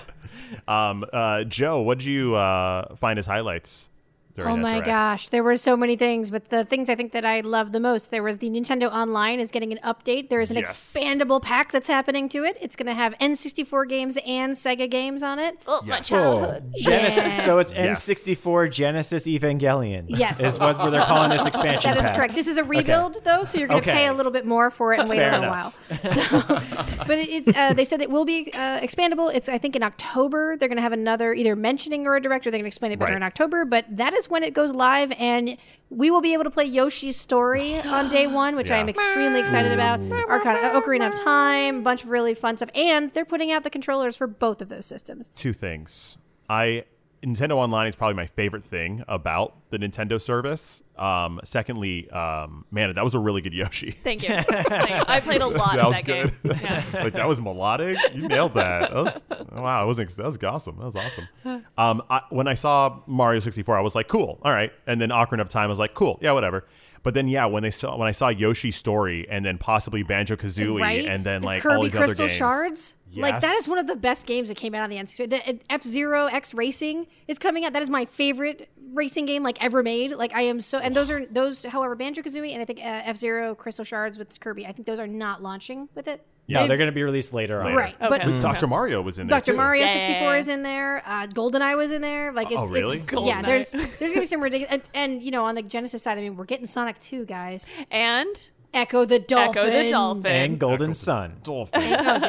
Speaker 2: um, uh, Joe, what did you uh, find as highlights? During
Speaker 6: Oh
Speaker 2: that
Speaker 6: my
Speaker 2: Direct?
Speaker 6: gosh, there were so many things, but the things I think that I love the most, there was the Nintendo Online is getting an update. There is an
Speaker 2: Yes.
Speaker 6: expandable pack that's happening to it. It's going to have N64 games and Sega games on it.
Speaker 4: Oh, my
Speaker 2: Yes.
Speaker 4: childhood.
Speaker 3: Genesis.
Speaker 6: Yeah.
Speaker 3: So it's
Speaker 2: Yes.
Speaker 3: N64 Genesis Evangelion.
Speaker 6: Yes.
Speaker 3: Is what they're
Speaker 6: [laughs]
Speaker 3: calling this expansion.
Speaker 6: That is
Speaker 3: pack.
Speaker 6: correct. This is a rebuild, though, so you're going to
Speaker 3: Okay.
Speaker 6: pay a little bit more for
Speaker 3: [laughs]
Speaker 6: it and wait
Speaker 3: Fair
Speaker 6: a little
Speaker 3: enough. [laughs]
Speaker 6: while. So, but it- it's uh, they said it will be uh, expandable. It's I think in October they're going to have another either mentioning or a director. They're going to explain it better
Speaker 2: Right.
Speaker 6: in October, but that is when it goes live, and we will be able to play Yoshi's Story on
Speaker 3: [gasps]
Speaker 6: day one, which I am
Speaker 2: Yeah.
Speaker 6: extremely excited about. Arcana, Ocarina of Time, bunch of really fun stuff, and they're putting out the controllers for both of those systems.
Speaker 2: two things. I Nintendo Online is probably my favorite thing about the Nintendo service. Um, secondly, um, man, that was a really good Yoshi. [laughs]
Speaker 4: Thank you. Thank you. I played a lot
Speaker 2: That
Speaker 4: of
Speaker 2: was
Speaker 4: that
Speaker 2: good.
Speaker 4: game. Yeah.
Speaker 2: [laughs] like that was melodic. You nailed that. that was, wow, that was that was awesome. That was awesome.
Speaker 6: [sighs]
Speaker 2: Um, I, when I saw Mario sixty four, I was like, cool, all right. And then Ocarina of Time, I was like, cool, yeah, whatever. But then yeah, when they saw when I saw Yoshi's story and then possibly Banjo Kazooie
Speaker 6: right?
Speaker 2: and then
Speaker 6: The
Speaker 2: like
Speaker 6: Kirby
Speaker 2: all these
Speaker 6: Crystal
Speaker 2: other games,
Speaker 6: Shards. Like that
Speaker 2: Yes.
Speaker 6: is one of the best games that came out on the N64. The F Zero X Racing is coming out. That is my favorite racing game like ever made. Like I am so. And those are those. However, Banjo Kazooie and I think uh, F Zero Crystal Shards with Kirby. I think those are not launching with it.
Speaker 3: No, they're going to be released later, on.
Speaker 6: Right, but
Speaker 4: Okay.
Speaker 2: Mm-hmm. Doctor Mario was in there.
Speaker 6: Dr.
Speaker 2: too.
Speaker 6: Mario
Speaker 4: Yeah, yeah,
Speaker 6: 64
Speaker 4: yeah.
Speaker 6: is in there. Uh, GoldenEye was in there. Like it's,
Speaker 2: Oh, really?
Speaker 6: it's yeah.
Speaker 4: GoldenEye.
Speaker 6: There's there's gonna be some ridiculous. And, and you know, on the Genesis side, I mean, we're getting Sonic 2, guys.
Speaker 4: And
Speaker 6: Echo the Dolphin.
Speaker 4: Echo the Dolphin.
Speaker 3: And Golden Sun.
Speaker 2: Dolphin.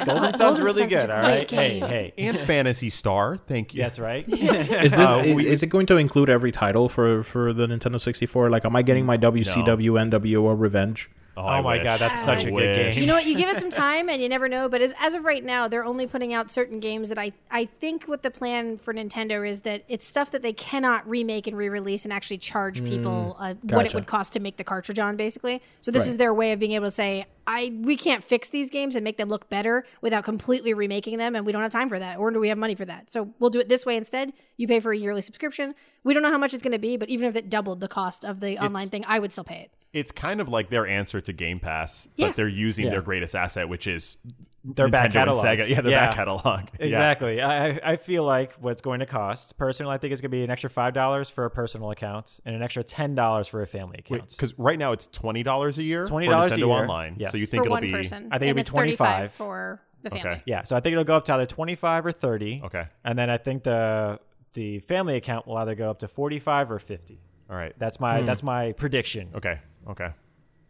Speaker 3: Golden Sun's really
Speaker 6: Sun's such a
Speaker 3: good, all
Speaker 6: great
Speaker 3: right? Hey,
Speaker 6: game.
Speaker 3: hey.
Speaker 2: and Fantasy Star. Thank you.
Speaker 3: That's right.
Speaker 5: Is, this,
Speaker 2: [laughs] Uh,
Speaker 5: i-
Speaker 2: we-
Speaker 5: is it going to include every title for, for the Nintendo 64? Like, am I getting my WCW NWO Revenge?
Speaker 2: I
Speaker 3: Oh my
Speaker 2: wish.
Speaker 3: God, that's such
Speaker 2: I
Speaker 3: a
Speaker 2: wish.
Speaker 3: good game.
Speaker 6: you know what? You give it some time, and you never know. But as, as of right now, they're only putting out certain games that I I think what the plan for Nintendo is that it's stuff that they cannot remake and re-release and actually charge people uh, what it
Speaker 5: gotcha.
Speaker 6: would cost to make the cartridge on, basically. So this
Speaker 5: Right.
Speaker 6: is their way of being able to say, I we can't fix these games and make them look better without completely remaking them, and we don't have time for that, or do we have money for that? So we'll do it this way instead. You pay for a yearly subscription. We don't know how much it's going to be, but even if it doubled the cost of the online thing, I would still pay it.
Speaker 2: It's kind of like their answer to Game Pass,
Speaker 6: Yeah.
Speaker 2: but they're using
Speaker 5: Yeah.
Speaker 2: their greatest asset, which is
Speaker 3: [laughs] Their
Speaker 2: Nintendo
Speaker 3: back catalog.
Speaker 2: and Sega. Yeah, their back catalog. [laughs] Yeah.
Speaker 3: Exactly. I I I feel like what's going to cost. Personally, I think it's going to be an extra five dollars for a personal account and an extra ten dollars for a family account.
Speaker 2: because right now it's twenty dollars a year.
Speaker 3: $20
Speaker 2: for Nintendo
Speaker 3: a year.
Speaker 2: Online.
Speaker 3: Yes.
Speaker 2: So you
Speaker 3: For
Speaker 2: think
Speaker 6: for
Speaker 2: it'll
Speaker 6: one
Speaker 2: be
Speaker 6: person.
Speaker 3: I think
Speaker 6: and
Speaker 3: it'd be
Speaker 6: it's 35
Speaker 3: 25.
Speaker 6: for the family.
Speaker 2: okay?
Speaker 3: yeah, so I think it'll go up to either twenty five or thirty.
Speaker 2: Okay.
Speaker 3: And then I think the the family account will either go up to forty five or fifty.
Speaker 2: All right.
Speaker 3: That's my that's my prediction.
Speaker 2: okay. Okay.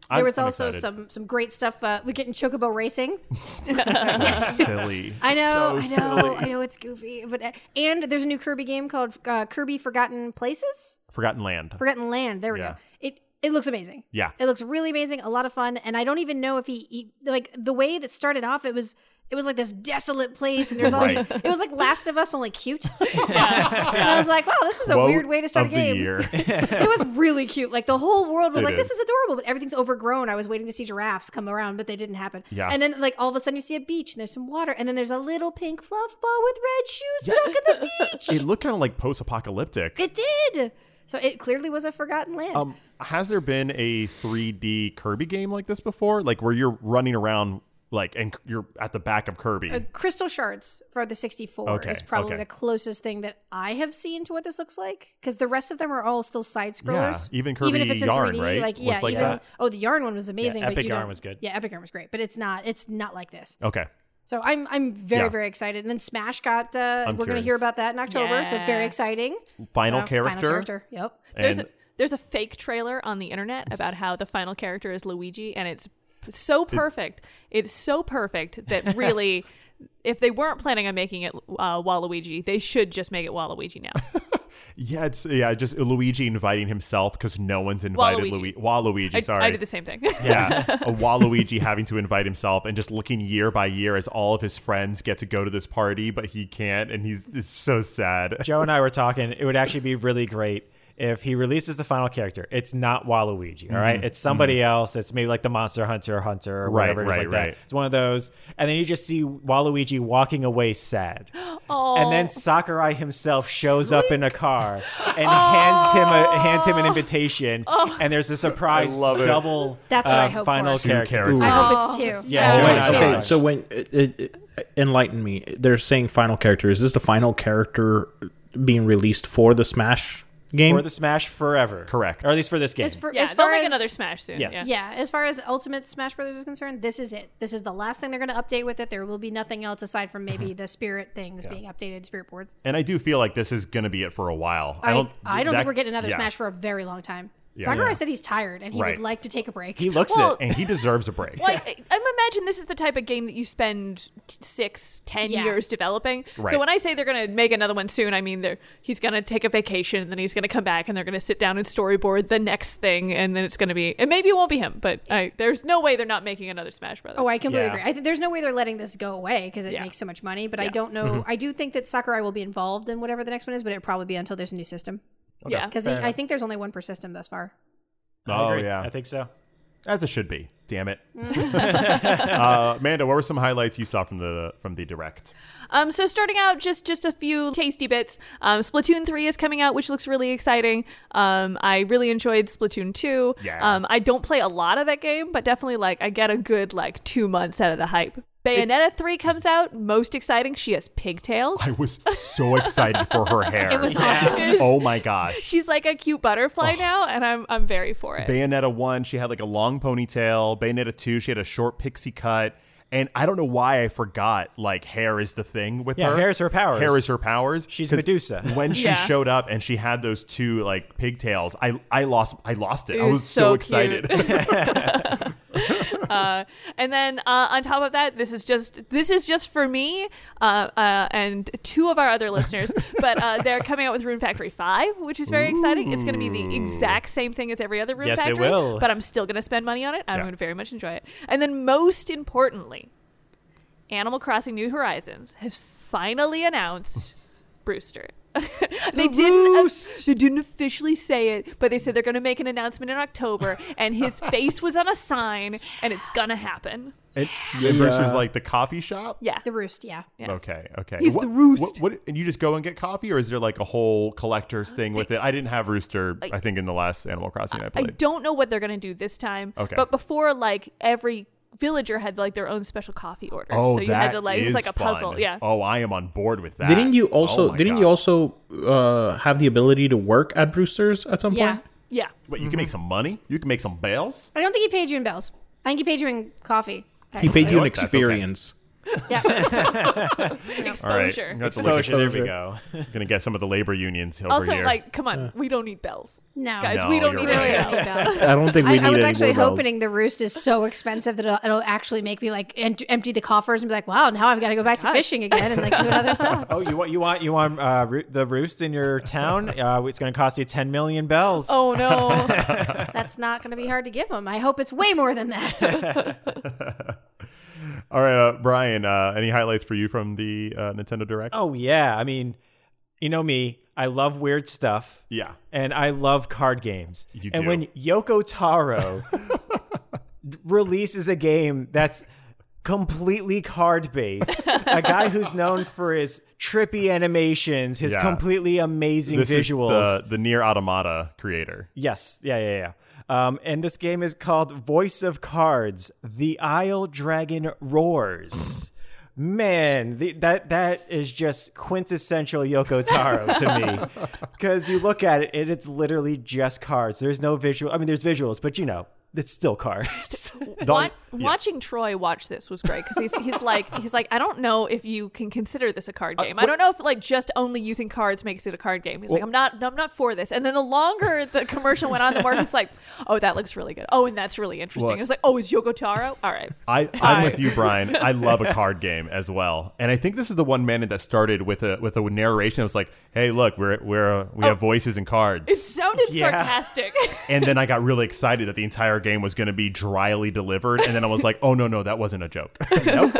Speaker 2: There
Speaker 6: There was also some some great stuff. Uh, we get in Chocobo
Speaker 2: [laughs]
Speaker 6: Racing.
Speaker 2: silly.
Speaker 6: [laughs] I know,
Speaker 2: So
Speaker 6: I know,
Speaker 2: silly.
Speaker 6: I know. It's goofy, but uh, and there's a new Kirby game called uh, Kirby Forgotten Places,
Speaker 2: Forgotten Land.
Speaker 6: Forgotten Land. There we
Speaker 2: Yeah.
Speaker 6: go. It it looks amazing.
Speaker 2: Yeah.
Speaker 6: it looks really amazing. A lot of fun, and I don't even know if he, he like the way that started off. It was. It was like this desolate place, and there's all
Speaker 2: Right.
Speaker 6: these. It was like Last of Us, only
Speaker 2: [laughs]
Speaker 6: cute. [laughs] And I was like, "Wow, this is a
Speaker 2: Quote
Speaker 6: weird way to start
Speaker 2: of
Speaker 6: a game."
Speaker 2: The year.
Speaker 6: [laughs]
Speaker 2: [laughs]
Speaker 6: it was really cute. Like the whole world was
Speaker 2: It
Speaker 6: like, this
Speaker 2: is.
Speaker 6: is adorable, but everything's overgrown. I was waiting to see giraffes come around, but they didn't happen.
Speaker 2: Yeah.
Speaker 6: And then like all of a sudden you see a beach and there's some water, and then there's a little pink fluff ball with red shoes stuck
Speaker 2: [laughs]
Speaker 6: at the beach.
Speaker 2: it looked kind of like post-apocalyptic.
Speaker 6: It did. So it clearly was a forgotten land.
Speaker 2: um, has there been a 3D Kirby game like this before? Like where you're running around, like, and you're at the back of Kirby.
Speaker 6: Crystal shards for the 64
Speaker 2: Okay,
Speaker 6: is probably
Speaker 2: okay.
Speaker 6: the closest thing that I have seen to what this looks like because the rest of them are all still side scrollers.
Speaker 2: Yeah, even Kirby Yarn, right,
Speaker 6: Like
Speaker 2: was
Speaker 6: yeah,
Speaker 2: like
Speaker 6: even
Speaker 2: that.
Speaker 6: oh the yarn one was amazing. but
Speaker 3: Epic
Speaker 6: you
Speaker 3: Yarn
Speaker 6: don't-
Speaker 3: was good.
Speaker 6: Yeah, Epic Yarn was great, but it's not. It's not like this.
Speaker 2: okay.
Speaker 6: So I'm I'm very
Speaker 2: Yeah.
Speaker 6: very excited. And then Smash got uh,
Speaker 2: I'm
Speaker 6: we're going to hear
Speaker 2: curious.
Speaker 6: about that in October. So
Speaker 4: Yeah.
Speaker 6: very exciting.
Speaker 2: Final
Speaker 6: Uh,
Speaker 2: character.
Speaker 6: Final character. Yep.
Speaker 4: There's a,
Speaker 2: and-
Speaker 4: there's a fake trailer on the internet about how the final character is Luigi, and it's p- so perfect. It's so perfect
Speaker 2: [laughs]
Speaker 4: that really, if they weren't planning on making it uh, Waluigi, they should just make it Waluigi
Speaker 2: [laughs]
Speaker 4: now.
Speaker 2: Yeah, it's yeah, just Luigi inviting himself because no one's invited Luigi.
Speaker 4: Waluigi.
Speaker 2: Waluigi,
Speaker 4: I,
Speaker 2: sorry.
Speaker 4: I did the same
Speaker 2: [laughs]
Speaker 4: thing.
Speaker 6: [laughs]
Speaker 2: Yeah, a Waluigi having to invite himself and just looking year by year as all of his friends get to go to this party, but he can't, and he's it's so sad.
Speaker 3: Joe and I were talking. It would actually be really great if he releases the final character. It's not Waluigi, all right? It's somebody else. It's maybe like the Monster Hunter Hunter or
Speaker 2: Mm-hmm. Right,
Speaker 3: whatever it is
Speaker 2: right,
Speaker 3: like
Speaker 2: right.
Speaker 3: that. It's one of those. And then you just see Waluigi walking
Speaker 6: [gasps]
Speaker 3: away sad. And
Speaker 6: Oh.
Speaker 3: then Sakurai himself shows up in a car and hands him
Speaker 6: Oh.
Speaker 3: a hands him an invitation. And there's a surprise
Speaker 2: I love it.
Speaker 3: double
Speaker 6: That's what I
Speaker 3: uh,
Speaker 6: hope
Speaker 3: final
Speaker 6: for.
Speaker 2: Two
Speaker 3: character.
Speaker 2: characters.
Speaker 6: I hope it's two. I
Speaker 3: Yeah, Joe
Speaker 6: hope
Speaker 5: Wait,
Speaker 3: and
Speaker 6: it's
Speaker 3: I were
Speaker 6: two.
Speaker 5: okay,
Speaker 3: talking.
Speaker 5: so when it, it, it- enlighten me, they're saying final character. Is this the final character being released for the Smash game?
Speaker 3: for the Smash forever.
Speaker 2: Correct.
Speaker 3: Or at least for this game.
Speaker 6: As for-
Speaker 4: yeah,
Speaker 6: as
Speaker 4: they'll
Speaker 6: far
Speaker 4: make
Speaker 6: as-
Speaker 4: another Smash soon.
Speaker 3: Yes.
Speaker 4: Yeah.
Speaker 6: Yeah, as far as Ultimate Smash Brothers is concerned, this is it. This is the last thing they're going to update with it. There will be nothing else aside from
Speaker 2: Mm-hmm.
Speaker 6: maybe the spirit things being updated, spirit boards.
Speaker 2: And I do feel like this is going to be it for a while.
Speaker 6: I, I don't,
Speaker 2: that-
Speaker 6: think we're getting another
Speaker 2: yeah.
Speaker 6: Smash for a very long time. Sakurai
Speaker 2: Yeah.
Speaker 6: said he's tired and he
Speaker 2: Right.
Speaker 6: would like to take a break.
Speaker 3: he looks
Speaker 4: Well,
Speaker 3: it.
Speaker 2: and he deserves
Speaker 6: [laughs]
Speaker 2: a break.
Speaker 4: Well, I, I imagine this is the type of game that you spend t- six, ten
Speaker 6: Yeah.
Speaker 4: years developing.
Speaker 2: Right.
Speaker 4: So when I say they're going to make another one soon, I mean they're, he's going to take a vacation, and then he's going to come back, and they're going to sit down and storyboard the next thing, and then it's going to be, and maybe it won't be him, but I, there's no way they're not making another Smash Brothers.
Speaker 6: Oh, I completely
Speaker 3: Yeah.
Speaker 6: agree. I think there's no way they're letting this go away because it
Speaker 4: Yeah.
Speaker 6: makes so much money. But I don't know. I do think that Sakurai will be involved in whatever the next one is, but it'll probably be until there's a new system.
Speaker 4: yeah.
Speaker 6: Because I think there's only one per system thus far.
Speaker 3: I
Speaker 2: oh
Speaker 3: agree.
Speaker 2: yeah,
Speaker 3: I think so.
Speaker 2: as it should be. Damn
Speaker 6: [laughs]
Speaker 2: it, [laughs] uh, Amanda. What were some highlights you saw from the from the direct?
Speaker 4: Um, so starting out, just just a few tasty bits. Um, Splatoon three is coming out, which looks really exciting. Um, I really enjoyed Splatoon two.
Speaker 2: Yeah.
Speaker 4: Um, I don't play a lot of that game, but definitely like I get a good like two months out of the hype. Bayonetta three comes out, most exciting. She has pigtails.
Speaker 2: I was so excited for her hair.
Speaker 6: It was awesome.
Speaker 2: oh my gosh.
Speaker 4: She's like a cute butterfly now, and I'm I'm very for it.
Speaker 2: Bayonetta 1, she had like a long ponytail. Bayonetta 2, she had a short pixie cut. And I don't know why I forgot like hair is the thing with
Speaker 3: Yeah,
Speaker 2: her.
Speaker 3: hair is her powers.
Speaker 2: Hair is her powers.
Speaker 3: She's
Speaker 2: 'Cause
Speaker 3: Medusa.
Speaker 2: When she
Speaker 4: Yeah.
Speaker 2: showed up and she had those two like pigtails, I I lost I lost it. I
Speaker 4: was
Speaker 2: was so,
Speaker 4: so
Speaker 2: excited. [laughs]
Speaker 4: And then uh, on top of that, this is just this is just for me uh, uh, and two of our other
Speaker 3: [laughs]
Speaker 4: listeners. but uh, they're coming out with Rune Factory Five, which is very exciting. It's going to be the exact same thing as every other Rune
Speaker 3: Yes, it
Speaker 4: Factory,
Speaker 3: will.
Speaker 4: but I'm still going to spend money on it. I'm
Speaker 2: Yeah.
Speaker 4: going to very much enjoy it. And then most importantly, Animal Crossing New Horizons has finally
Speaker 3: [laughs]
Speaker 4: announced Brewster. [laughs] they didn't. They didn't officially say it, but they said they're going to make an announcement in October, and
Speaker 2: [laughs]
Speaker 4: his face was on a sign, and it's gonna happen.
Speaker 2: and and Brewster's like the coffee shop.
Speaker 4: Yeah,
Speaker 6: The Roost, yeah.
Speaker 2: Okay. Okay.
Speaker 4: He's the roost.
Speaker 2: What, what- and you just go and get coffee, or is there like a whole collector's thing with it? I didn't have rooster. I, think in the last Animal Crossing I,
Speaker 4: I
Speaker 2: played.
Speaker 4: don't know what they're gonna do this time.
Speaker 2: Okay.
Speaker 4: but before like every villager had like their own special coffee order,
Speaker 2: Oh,
Speaker 4: so you had
Speaker 2: that
Speaker 4: to like it was
Speaker 2: is
Speaker 4: like a
Speaker 2: fun.
Speaker 4: puzzle. Yeah.
Speaker 2: Oh, I am on board with that.
Speaker 5: didn't you
Speaker 2: Oh
Speaker 5: also
Speaker 2: my
Speaker 5: didn't
Speaker 2: God.
Speaker 5: you also uh, have the ability to work at Brewster's at some
Speaker 6: Yeah.
Speaker 5: point?
Speaker 4: Yeah.
Speaker 2: Wait, you can make some money. You can make some
Speaker 4: [laughs]
Speaker 2: bells.
Speaker 6: I don't think he paid you in bells. I think he paid you in coffee.
Speaker 5: He paid
Speaker 2: know
Speaker 5: you an
Speaker 2: what? That's okay.
Speaker 5: experience.
Speaker 6: [laughs] Yeah.
Speaker 2: All right,
Speaker 4: Exposure.
Speaker 2: that's a
Speaker 3: Exposure. There we
Speaker 5: Exposure.
Speaker 3: go. [laughs]
Speaker 2: Gonna get some of the labor unions over
Speaker 4: also,
Speaker 2: here. Uh.
Speaker 4: like, come on, we don't need bells.
Speaker 6: No.
Speaker 4: Guys,
Speaker 2: No,
Speaker 4: we don't
Speaker 2: you're
Speaker 4: need
Speaker 2: right.
Speaker 4: bells.
Speaker 6: Really don't need bells.
Speaker 5: [laughs] I don't think we need
Speaker 6: I, I was
Speaker 5: any
Speaker 6: actually
Speaker 5: more bells.
Speaker 6: hoping the roost is so expensive that it'll, it'll actually make me like en- empty the coffers and be like, wow, now I've got to go back to fishing again and like do another stuff.
Speaker 3: Oh, you want you want you want uh, roo- the roost in your town?
Speaker 2: [laughs]
Speaker 3: Uh, it's going to cost you ten million bells.
Speaker 4: Oh [laughs] no.
Speaker 6: That's not going to be hard to give him. I hope it's way more than that.
Speaker 2: All right, uh, Brian. Uh, any highlights for you from the uh, Nintendo Direct?
Speaker 3: Oh yeah. I mean, you know me. I love weird stuff.
Speaker 2: Yeah.
Speaker 3: And I love card games.
Speaker 2: You
Speaker 3: and
Speaker 2: do.
Speaker 3: when Yoko
Speaker 2: [laughs]
Speaker 3: Taro d- releases a game that's completely card based, a guy who's known for his trippy animations, his
Speaker 2: Yeah.
Speaker 3: completely amazing
Speaker 2: this
Speaker 3: visuals.
Speaker 2: is the the near automata creator.
Speaker 3: Yes. Yeah, yeah, yeah. Um, and this game is called Voice of Cards: The Isle Dragon Roars. Man, the, that that is just quintessential Yoko Taro to me. Because you look at it, and it's literally just cards. There's no visual. I mean, there's visuals, but you know, it's still cards. [laughs]
Speaker 2: The-
Speaker 4: Wa-
Speaker 2: yeah.
Speaker 4: Watching Troy watch this was great because he's, he's like he's like I don't know if you can consider this a card game. I
Speaker 3: Uh, what-
Speaker 4: don't know if like just only using cards makes it a card game. He's like I'm not I'm not for this. And then the longer the commercial went on, the more he's like, oh that looks really good. Oh and that's really interesting.
Speaker 2: Look.
Speaker 4: And it's like oh is Yoko Taro? All right.
Speaker 2: I, I'm with you, Brian. I love a card game as well, and I think this is the one minute that started with a with a narration. that was like, "Hey, look, we're we're uh, we have voices and cards,"
Speaker 4: Sounded
Speaker 3: Yeah.
Speaker 4: sarcastic. [laughs]
Speaker 2: and then I got really excited that the entire game was going to be dryly delivered, and then I was like, "Oh no, no, that wasn't a joke." nope.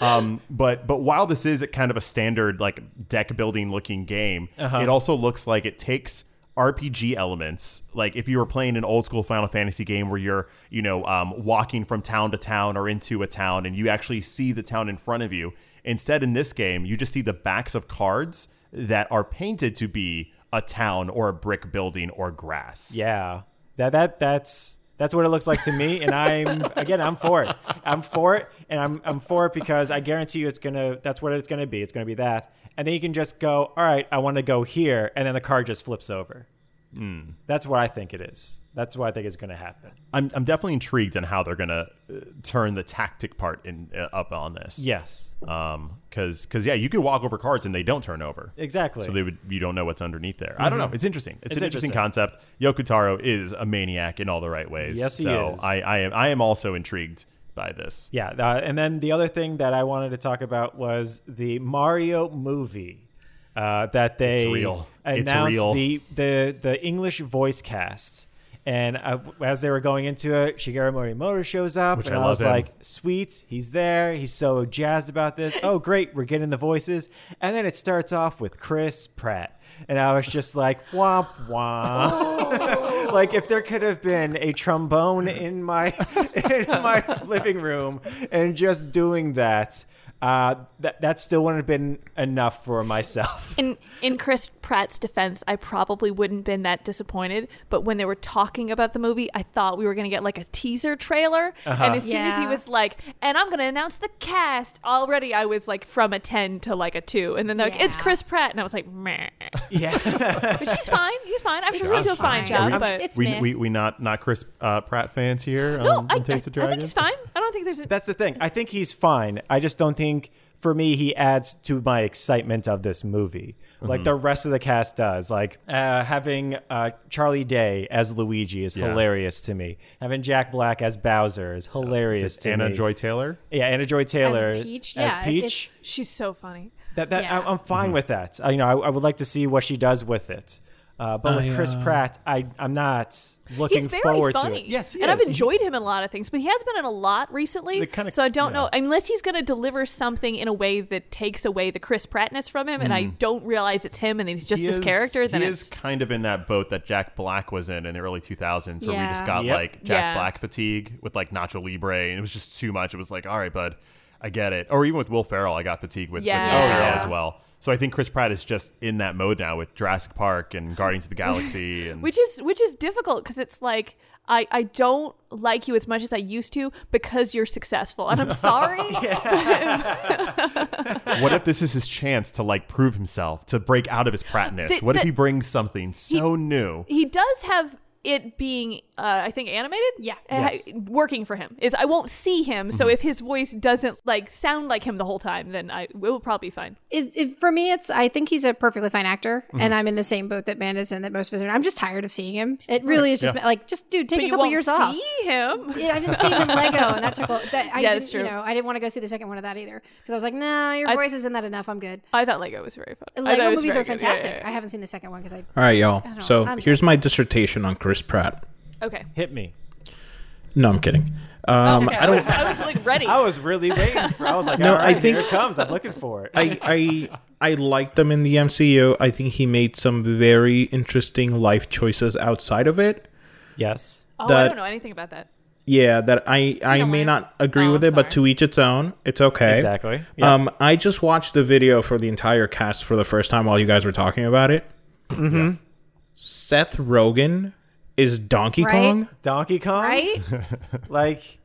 Speaker 2: um, but but while this is a kind of a standard like deck building looking game, it also looks like it takes RPG elements. Like if you were playing an old school Final Fantasy game where you're you know um, walking from town to town or into a town and you actually see the town in front of you. Instead, in this game, you just see the backs of cards that are painted to be a town or a brick building or grass.
Speaker 3: Yeah. That that that's that's what it looks like to me,
Speaker 2: [laughs]
Speaker 3: and I'm again I'm for it. I'm for it, and I'm I'm for it because I guarantee you it's gonna that's what it's gonna be. It's gonna be that, and then you can just go. All right, I want to go here, and then the card just flips over.
Speaker 2: Hmm.
Speaker 3: That's what I think it is. That's what I think is gonna happen.
Speaker 2: I'm, I'm definitely intrigued on how they're gonna uh, turn the tactic part in uh, up on this.
Speaker 3: Yes,
Speaker 2: um because because yeah you could walk over cards and they don't turn over
Speaker 3: exactly. Mm-hmm.
Speaker 2: so they would you don't know what's underneath there i don't know it's interesting it's,
Speaker 3: It's
Speaker 2: an interesting,
Speaker 3: interesting.
Speaker 2: concept yokotaro is a maniac in all the right ways
Speaker 3: Yes, he
Speaker 2: so
Speaker 3: is.
Speaker 2: i i am i am also intrigued by this
Speaker 3: Yeah, uh, and then the other thing that I wanted to talk about was the Mario movie uh, that they
Speaker 2: It's real. It's
Speaker 3: announced
Speaker 2: real.
Speaker 3: the the the English voice cast. And uh, as they were going into it, Shigeru Morimoto shows up,
Speaker 2: Which
Speaker 3: and
Speaker 2: I
Speaker 3: I,
Speaker 2: love
Speaker 3: was
Speaker 2: him.
Speaker 3: like, "Sweet, he's there. He's so jazzed about this. Oh, great, we're getting the voices." And then it starts off with Chris Pratt, and I was just like, "Womp womp." [laughs] like if there could have been a trombone in my [laughs] in my living room and just doing that, uh, that that still wouldn't have been enough for myself.
Speaker 4: In in Chris Pratt's defense, I probably wouldn't been that disappointed, but when they were talking about the movie, I thought we were going to get like a teaser trailer,
Speaker 2: Uh-huh.
Speaker 4: and as soon as he
Speaker 6: Yeah.
Speaker 4: was like, "And I'm going to announce the cast," already I was like from a 10 to like a 2, and then they're like, "It's
Speaker 6: Yeah.
Speaker 4: Chris Pratt." And I was like, "Meh."
Speaker 3: Yeah.
Speaker 4: But
Speaker 2: [laughs]
Speaker 4: she's fine. He's fine. I'm sure he'll do a
Speaker 6: fine.
Speaker 4: fine job,
Speaker 6: Are we-
Speaker 4: but
Speaker 6: It's
Speaker 2: we,
Speaker 6: meh.
Speaker 2: we we not not chris uh, pratt fans here
Speaker 4: no, Oh,
Speaker 2: on,
Speaker 4: I,
Speaker 2: on
Speaker 4: I-
Speaker 2: taste of
Speaker 4: I
Speaker 2: dragon
Speaker 4: think he's fine. I don't think there's a,
Speaker 3: That's the thing. I think he's fine. I just don't think for me he adds to my excitement of this movie like the rest of the cast does. Like uh, having uh, Charlie Day as Luigi is
Speaker 2: Yeah.
Speaker 3: hilarious to me. Having Jack Black as Bowser is hilarious to
Speaker 2: anna
Speaker 3: me.
Speaker 2: joy taylor
Speaker 3: yeah, Anna Joy Taylor
Speaker 6: Peach?
Speaker 3: as
Speaker 6: Yeah,
Speaker 3: Peach.
Speaker 6: it's-
Speaker 4: she's so funny.
Speaker 3: That, that
Speaker 6: Yeah.
Speaker 3: I, I'm fine with that. I, you know, I, I would like to see what she does with it. Uh, but with
Speaker 5: I,
Speaker 3: Chris
Speaker 5: uh,
Speaker 3: Pratt, I I'm not looking
Speaker 4: he's very
Speaker 3: forward
Speaker 4: funny.
Speaker 3: to it. Yes, he
Speaker 4: and
Speaker 3: is.
Speaker 4: I've enjoyed him in a lot of things, but he has been in a lot recently.
Speaker 2: They kinda-
Speaker 4: so I don't
Speaker 2: yeah.
Speaker 4: know unless he's going to deliver something in a way that takes away the Chris Prattness from him, and I don't realize it's him, and he's just
Speaker 2: Hmm. He
Speaker 4: this
Speaker 2: is-
Speaker 4: character. Then
Speaker 2: he
Speaker 4: it's
Speaker 2: is kind of in that boat that Jack Black was in in the early 2000s, where we just
Speaker 6: Yeah.
Speaker 2: got
Speaker 3: Yep.
Speaker 2: like Jack
Speaker 4: Yeah.
Speaker 2: Black fatigue with like Nacho Libre, and it was just too much. It was like, all right, bud, I get it. Or even with Will Ferrell, I got fatigued with,
Speaker 4: Yeah.
Speaker 2: with Will
Speaker 4: Oh,
Speaker 2: Ferrell
Speaker 4: yeah.
Speaker 2: as well. So I think Chris Pratt is just in that mode now with Jurassic Park and Guardians of
Speaker 4: [laughs]
Speaker 2: the Galaxy, and
Speaker 4: which is which is difficult because it's like. I, I don't like you as much as I used to because you're successful.
Speaker 2: [laughs]
Speaker 4: And I'm sorry.
Speaker 2: what if this is his chance to like prove himself, to break out of his Prattness?
Speaker 4: The-
Speaker 2: what if
Speaker 4: the-
Speaker 2: he brings something so new?
Speaker 4: He does have it being, uh, I think, animated.
Speaker 6: Yeah.
Speaker 4: Uh,
Speaker 3: Yes.
Speaker 4: Working for him is I won't see him.
Speaker 2: Mm-hmm.
Speaker 4: So if his voice doesn't like sound like him the whole time, then I it will probably be fine.
Speaker 6: is it, for me it's i think he's a perfectly fine actor
Speaker 3: Mm-hmm.
Speaker 6: and i'm in the same boat that Amanda's in that most of us are in. i'm just tired of seeing him it really is just like just dude take
Speaker 4: But
Speaker 6: a
Speaker 4: you
Speaker 6: couple
Speaker 4: won't
Speaker 6: years
Speaker 4: see
Speaker 6: off
Speaker 4: him.
Speaker 6: yeah, I didn't see him in
Speaker 4: [laughs]
Speaker 6: Lego, and that took. a- That, I
Speaker 4: Yeah,
Speaker 6: yeah,
Speaker 4: it's
Speaker 6: didn't,
Speaker 4: true.
Speaker 6: You know, I didn't want to go see the second one of that either because I was like, no, your voice isn't that enough. I'm good.
Speaker 4: I thought Lego was very fun. I thought
Speaker 6: Lego
Speaker 4: it was
Speaker 6: movies
Speaker 4: very
Speaker 6: are
Speaker 4: good. Yeah, yeah,
Speaker 6: fantastic.
Speaker 4: yeah.
Speaker 6: I haven't seen the second one because I.
Speaker 5: All right, y'all.
Speaker 6: don't know.
Speaker 5: So
Speaker 6: I'm-
Speaker 5: here's my dissertation on Chris Pratt.
Speaker 4: Okay.
Speaker 3: Hit me.
Speaker 5: No, I'm kidding.
Speaker 6: Oh.
Speaker 5: Um, I don't.
Speaker 4: I was like ready.
Speaker 3: I was really waiting for. I was like,
Speaker 5: No,
Speaker 3: all right,
Speaker 5: I think-
Speaker 3: here it comes. I'm looking for it.
Speaker 5: I I I liked him in the MCU. I think he made some very interesting life choices outside of it.
Speaker 3: yes.
Speaker 4: oh, I
Speaker 5: that-
Speaker 4: don't know anything about that.
Speaker 5: Yeah, that I I
Speaker 4: don't
Speaker 5: may
Speaker 4: wanna-
Speaker 5: not agree
Speaker 4: Oh,
Speaker 5: with
Speaker 4: I'm
Speaker 5: it, but
Speaker 4: sorry.
Speaker 5: to each its own. It's okay.
Speaker 3: Exactly. Yeah.
Speaker 5: Um, I just watched the video for the entire cast for the first time while you guys were talking about it. Seth Rogen is Donkey
Speaker 6: Right?
Speaker 5: Kong.
Speaker 3: Donkey Kong, [laughs]
Speaker 6: Right?
Speaker 3: Like,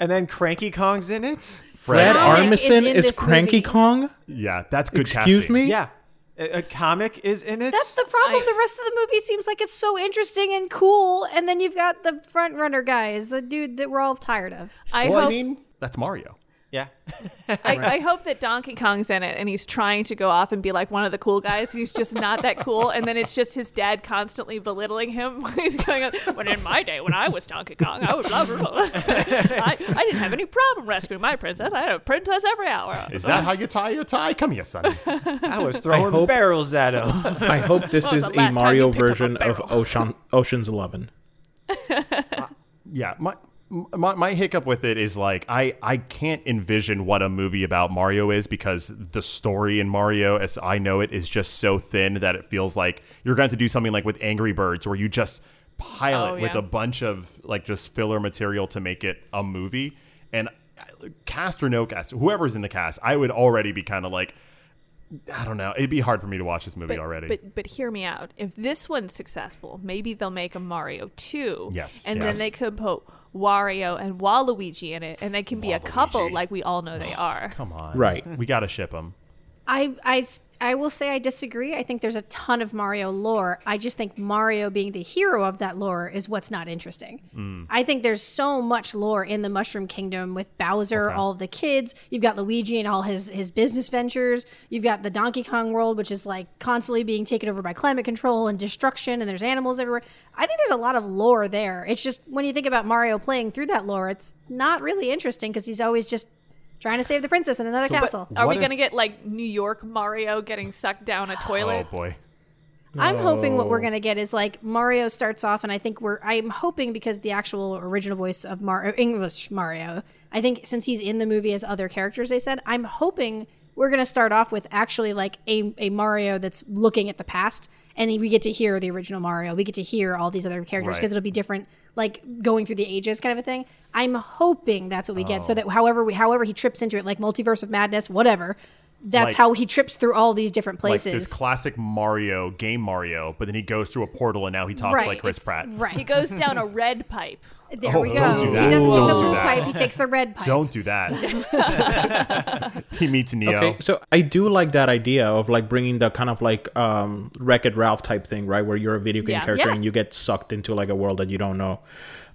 Speaker 3: and then Cranky Kong's in it.
Speaker 5: Fred
Speaker 6: Dominic is
Speaker 5: Armisen
Speaker 6: in
Speaker 5: is
Speaker 6: this
Speaker 5: Cranky
Speaker 6: movie.
Speaker 5: Kong.
Speaker 2: Yeah, that's good.
Speaker 5: Excuse
Speaker 2: casting.
Speaker 5: me.
Speaker 3: Yeah, A a comic is in it.
Speaker 6: That's the problem.
Speaker 4: I-
Speaker 6: the rest of the movie seems like it's so interesting and cool, and then you've got the front runner guy, is the dude that we're all tired of.
Speaker 4: I
Speaker 2: well,
Speaker 4: hope
Speaker 2: I mean, that's Mario.
Speaker 6: [laughs]
Speaker 3: yeah.
Speaker 4: I, I hope that Donkey Kong's in it and he's trying to go off and be like one of the cool guys. He's just not that cool. And then it's just his dad constantly belittling him [laughs] while he's going on. When in my day, when I was Donkey Kong, I was blah, blah, blah. [laughs] I, I didn't have any problem rescuing my princess. I had a princess every hour.
Speaker 2: Is that how you tie your tie? Come here, son.
Speaker 3: I was throwing
Speaker 5: hope-
Speaker 3: barrels at
Speaker 5: [laughs]
Speaker 3: him.
Speaker 5: I hope
Speaker 4: [laughs]
Speaker 5: this
Speaker 4: was
Speaker 5: is
Speaker 4: the
Speaker 5: a
Speaker 4: last time
Speaker 5: Mario
Speaker 4: you picked up a
Speaker 5: version of
Speaker 4: barrel?
Speaker 5: Ocean Ocean's Eleven.
Speaker 2: yeah, my. My, my hiccup with it is like I, I can't envision what a movie about Mario is because the story in Mario as I know it is just so thin that it feels like you're going to do something like with Angry Birds where you just pile
Speaker 4: Oh,
Speaker 2: it with
Speaker 4: yeah.
Speaker 2: a bunch of like just filler material to make it a movie and uh, cast or no cast whoever's in the cast I would already be kind of like I don't know it'd be hard for me to watch this movie
Speaker 4: but,
Speaker 2: already
Speaker 4: But but hear me out. If this one's successful, maybe they'll make a Mario two.
Speaker 2: Yes,
Speaker 4: And
Speaker 2: yes.
Speaker 4: then they could put Wario and Waluigi in it, and they can be a couple
Speaker 2: Waluigi.
Speaker 4: like we all
Speaker 2: [sighs]
Speaker 4: know they are.
Speaker 2: come on
Speaker 5: Right.
Speaker 2: we got to ship them
Speaker 6: I, I s- I will say I disagree. I think there's a ton of Mario lore. I just think Mario being the hero of that lore is what's not interesting.
Speaker 3: Mm.
Speaker 6: I think there's so much lore in the Mushroom Kingdom with Bowser, all of the kids. You've got Luigi and all his his business ventures. You've got the Donkey Kong world, which is like constantly being taken over by climate control and destruction, and there's animals everywhere. I think there's a lot of lore there. It's just when you think about Mario playing through that lore, it's not really interesting because he's always just trying to save the princess in another
Speaker 3: So- but-
Speaker 6: castle.
Speaker 4: Are we
Speaker 3: What if-
Speaker 4: gonna get like New York Mario getting sucked down
Speaker 2: [sighs]
Speaker 4: a
Speaker 2: oh
Speaker 4: toilet?
Speaker 2: boy
Speaker 6: I'm hoping what we're
Speaker 2: Oh.
Speaker 5: No.
Speaker 6: gonna get is like Mario starts off, and I think we're. I'm hoping because the actual original voice of Mario, English Mario, I think since he's in the movie as other characters, they said I'm hoping we're gonna start off with actually like a a Mario that's looking at the past, and we get to hear the original Mario. We get to hear all these other characters
Speaker 2: Right.
Speaker 6: because it'll be different, like going through the ages, kind of a thing. I'm hoping that's what we get, so
Speaker 2: Oh.
Speaker 6: that however we, however he trips into it, like multiverse of madness, whatever. That's
Speaker 2: Like-
Speaker 6: how he trips through all these different places.
Speaker 2: Like this classic Mario game Mario, but then he goes through a portal and now he talks like Chris
Speaker 6: it's-
Speaker 2: Pratt.
Speaker 6: Right.
Speaker 4: He goes down
Speaker 2: [laughs]
Speaker 4: a red pipe.
Speaker 6: There
Speaker 2: Oh,
Speaker 6: we go.
Speaker 2: don't do
Speaker 6: He
Speaker 2: that.
Speaker 6: doesn't take
Speaker 2: Don't
Speaker 6: the
Speaker 2: do
Speaker 6: blue
Speaker 2: that.
Speaker 6: pipe, he takes the red pipe.
Speaker 2: Don't do that. [laughs] he meets Neo.
Speaker 5: Okay, so I do like that idea of like bringing the kind of like um, Wreck It Ralph type thing, right? Where you're a video game
Speaker 4: Yeah.
Speaker 5: character
Speaker 6: Yeah.
Speaker 5: and you get sucked into like a world that you don't know.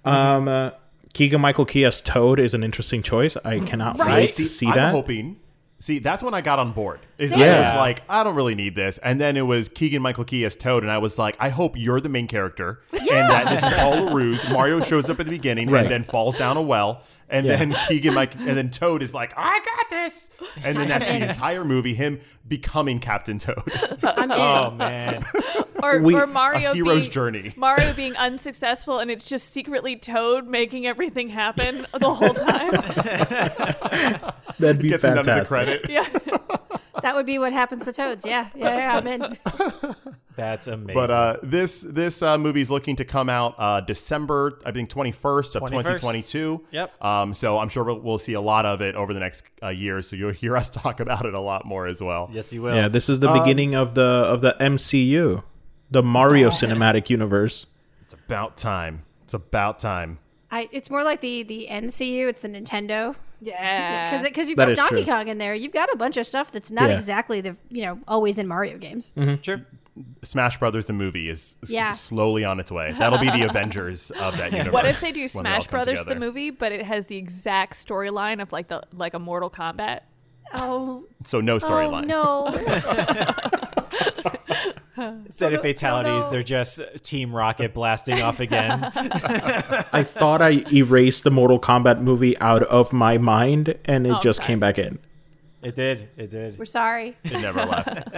Speaker 5: Um, uh, Keegan Michael Key as Toad is an interesting choice.
Speaker 4: Mm.
Speaker 5: I cannot wait to see
Speaker 2: I'm
Speaker 5: that.
Speaker 2: hoping. See, that's when I got on board. Is
Speaker 6: Same.
Speaker 2: I was
Speaker 5: Yeah.
Speaker 2: like, I don't really need this. And then it was Keegan Michael Key as Toad, and I was like, I hope you're the main character. And that this is all a ruse. Mario shows up at the beginning
Speaker 5: Right.
Speaker 2: and then falls down a well. And
Speaker 5: Yeah.
Speaker 2: then Keegan Mike and then Toad is like, I got this. And then that's the entire movie, him becoming Captain Toad. [laughs]
Speaker 6: I'm in.
Speaker 2: Um,
Speaker 3: Oh man.
Speaker 4: Or,
Speaker 5: We-
Speaker 4: or Mario
Speaker 2: a hero's
Speaker 4: being,
Speaker 2: journey. [laughs]
Speaker 4: Mario being unsuccessful and it's just secretly Toad making everything happen the whole
Speaker 2: [laughs]
Speaker 4: time. [laughs]
Speaker 5: That'd be
Speaker 2: Gets none of the
Speaker 5: fantastic.
Speaker 2: credit.
Speaker 4: yeah.
Speaker 6: That would be what happens to toads. Yeah. Yeah, yeah, I'm in.
Speaker 3: That's amazing.
Speaker 2: But uh, this this uh, movie is looking to come out uh, December, I think twenty first of
Speaker 3: 21st.
Speaker 2: twenty twenty two.
Speaker 3: Yep.
Speaker 2: Um, so I'm sure we'll, we'll see a lot of it over the next uh, year. So you'll hear [laughs] us talk about it a lot more as well.
Speaker 3: yes, you will.
Speaker 5: Yeah, this is the beginning of the of the MCU, the Mario Cinematic Universe.
Speaker 2: It's about time. It's about time.
Speaker 6: I, it's more like the the NCU, it's the Nintendo.
Speaker 4: Yeah. Uh,
Speaker 6: Because because you've
Speaker 5: That
Speaker 6: got
Speaker 5: is
Speaker 6: Donkey
Speaker 5: true.
Speaker 6: Kong in there, you've got a bunch of stuff that's not
Speaker 5: Yeah.
Speaker 6: exactly the you know always in Mario games.
Speaker 2: Mm-hmm.
Speaker 3: Sure.
Speaker 2: Smash Brothers the movie is s-
Speaker 6: Yeah.
Speaker 2: slowly on its way. That'll be the Avengers of that universe.
Speaker 4: [laughs] What if they do
Speaker 2: when all
Speaker 4: Smash
Speaker 2: come
Speaker 4: Brothers
Speaker 2: together.
Speaker 4: the movie, but it has the exact storyline of like the like a Mortal Kombat?
Speaker 6: Oh,
Speaker 2: So no
Speaker 6: oh
Speaker 2: storyline.
Speaker 6: no!
Speaker 3: Instead of fatalities,
Speaker 6: no.
Speaker 3: they're just Team Rocket blasting
Speaker 6: [laughs]
Speaker 3: off again.
Speaker 5: I thought I erased the Mortal Kombat movie out of my mind, and it
Speaker 4: Oh,
Speaker 5: just
Speaker 4: sorry.
Speaker 5: came back in.
Speaker 3: it did. It did.
Speaker 6: We're sorry.
Speaker 2: It
Speaker 6: [laughs]
Speaker 2: never left.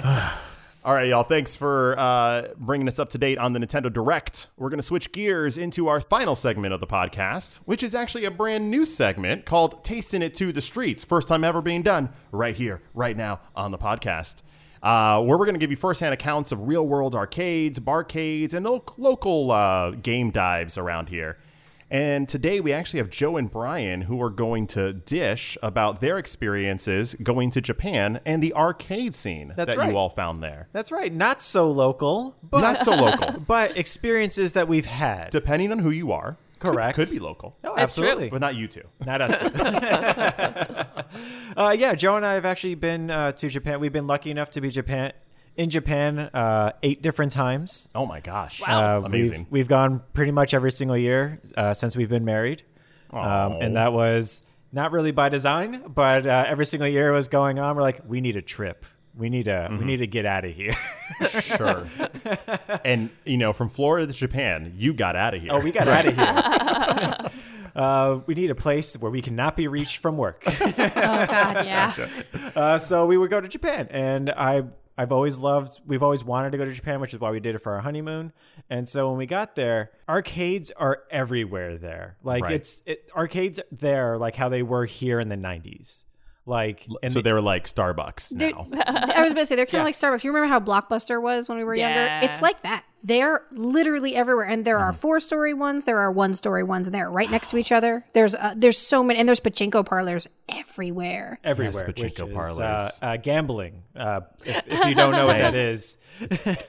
Speaker 2: All right, y'all. Thanks for uh, bringing us up to date on the Nintendo Direct. We're going to switch gears into our final segment of the podcast, which is actually a brand new segment called Tasting It to the Streets. First time ever being done right here, right now on the podcast, uh, where we're going to give you firsthand accounts of real world arcades, barcades, and lo- local uh, game dives around here. And today we actually have Joe and Brian who are going to dish about their experiences going to Japan and the arcade scene
Speaker 3: That's
Speaker 2: that
Speaker 3: right.
Speaker 2: you all found there.
Speaker 3: That's right. Not so local, but
Speaker 2: Not so local.
Speaker 3: [laughs] but experiences that we've had.
Speaker 2: [laughs]
Speaker 5: [laughs]
Speaker 2: Depending on who you are, could-
Speaker 3: Correct.
Speaker 2: could, be local,
Speaker 3: oh,
Speaker 4: That's true.
Speaker 3: absolutely.
Speaker 2: but not you two.
Speaker 3: Not us. Two. uh, yeah, Joe and I have actually been uh, to Japan. We've been lucky enough to be Japan in Japan uh, eight different times.
Speaker 2: [laughs] Oh my gosh.
Speaker 3: Uh,
Speaker 2: Amazing.
Speaker 3: We've, we've gone pretty much every single year uh, since we've been married. Um,
Speaker 2: Aw.
Speaker 3: and that was not really by design, but uh, every single year it was going on. We're like, we need a trip. We need to, we need to get out of here. [laughs]
Speaker 2: [laughs]
Speaker 4: [laughs]
Speaker 2: Sure. and you know, from Florida to Japan, you got out of here.
Speaker 3: oh, we got out of here. [laughs] uh, we need a place where we cannot be reached from [laughs] work.
Speaker 6: Oh God,
Speaker 2: [laughs]
Speaker 6: yeah.
Speaker 3: Uh, so we would go to Japan, and I I've always loved we've always wanted to go to Japan, which is why we did it for our honeymoon. And so when we got there, arcades are everywhere there. Like
Speaker 2: Right.
Speaker 3: it's it, arcades there like how they were here in the 90s. Like and
Speaker 2: so
Speaker 3: the-
Speaker 2: they were like Starbucks
Speaker 6: They're-
Speaker 2: now.
Speaker 6: I was going to say they're kind of like Starbucks. You remember how Blockbuster was when we were
Speaker 4: Yeah.
Speaker 6: younger? It's like that. They're literally everywhere, and there
Speaker 2: Mm-hmm.
Speaker 6: are four-story ones, there are one-story ones, and they're right next to each other. There's uh, there's so many, and there's pachinko parlors everywhere.
Speaker 3: everywhere
Speaker 2: Yes, pachinko
Speaker 3: which is,
Speaker 2: parlors.
Speaker 3: uh, uh, gambling. Uh, if, if you don't know what that is,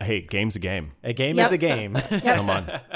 Speaker 2: hey, game's a game.
Speaker 3: a game
Speaker 6: Yep.
Speaker 3: is
Speaker 4: [laughs]
Speaker 3: a game.
Speaker 2: Come on.
Speaker 3: [laughs]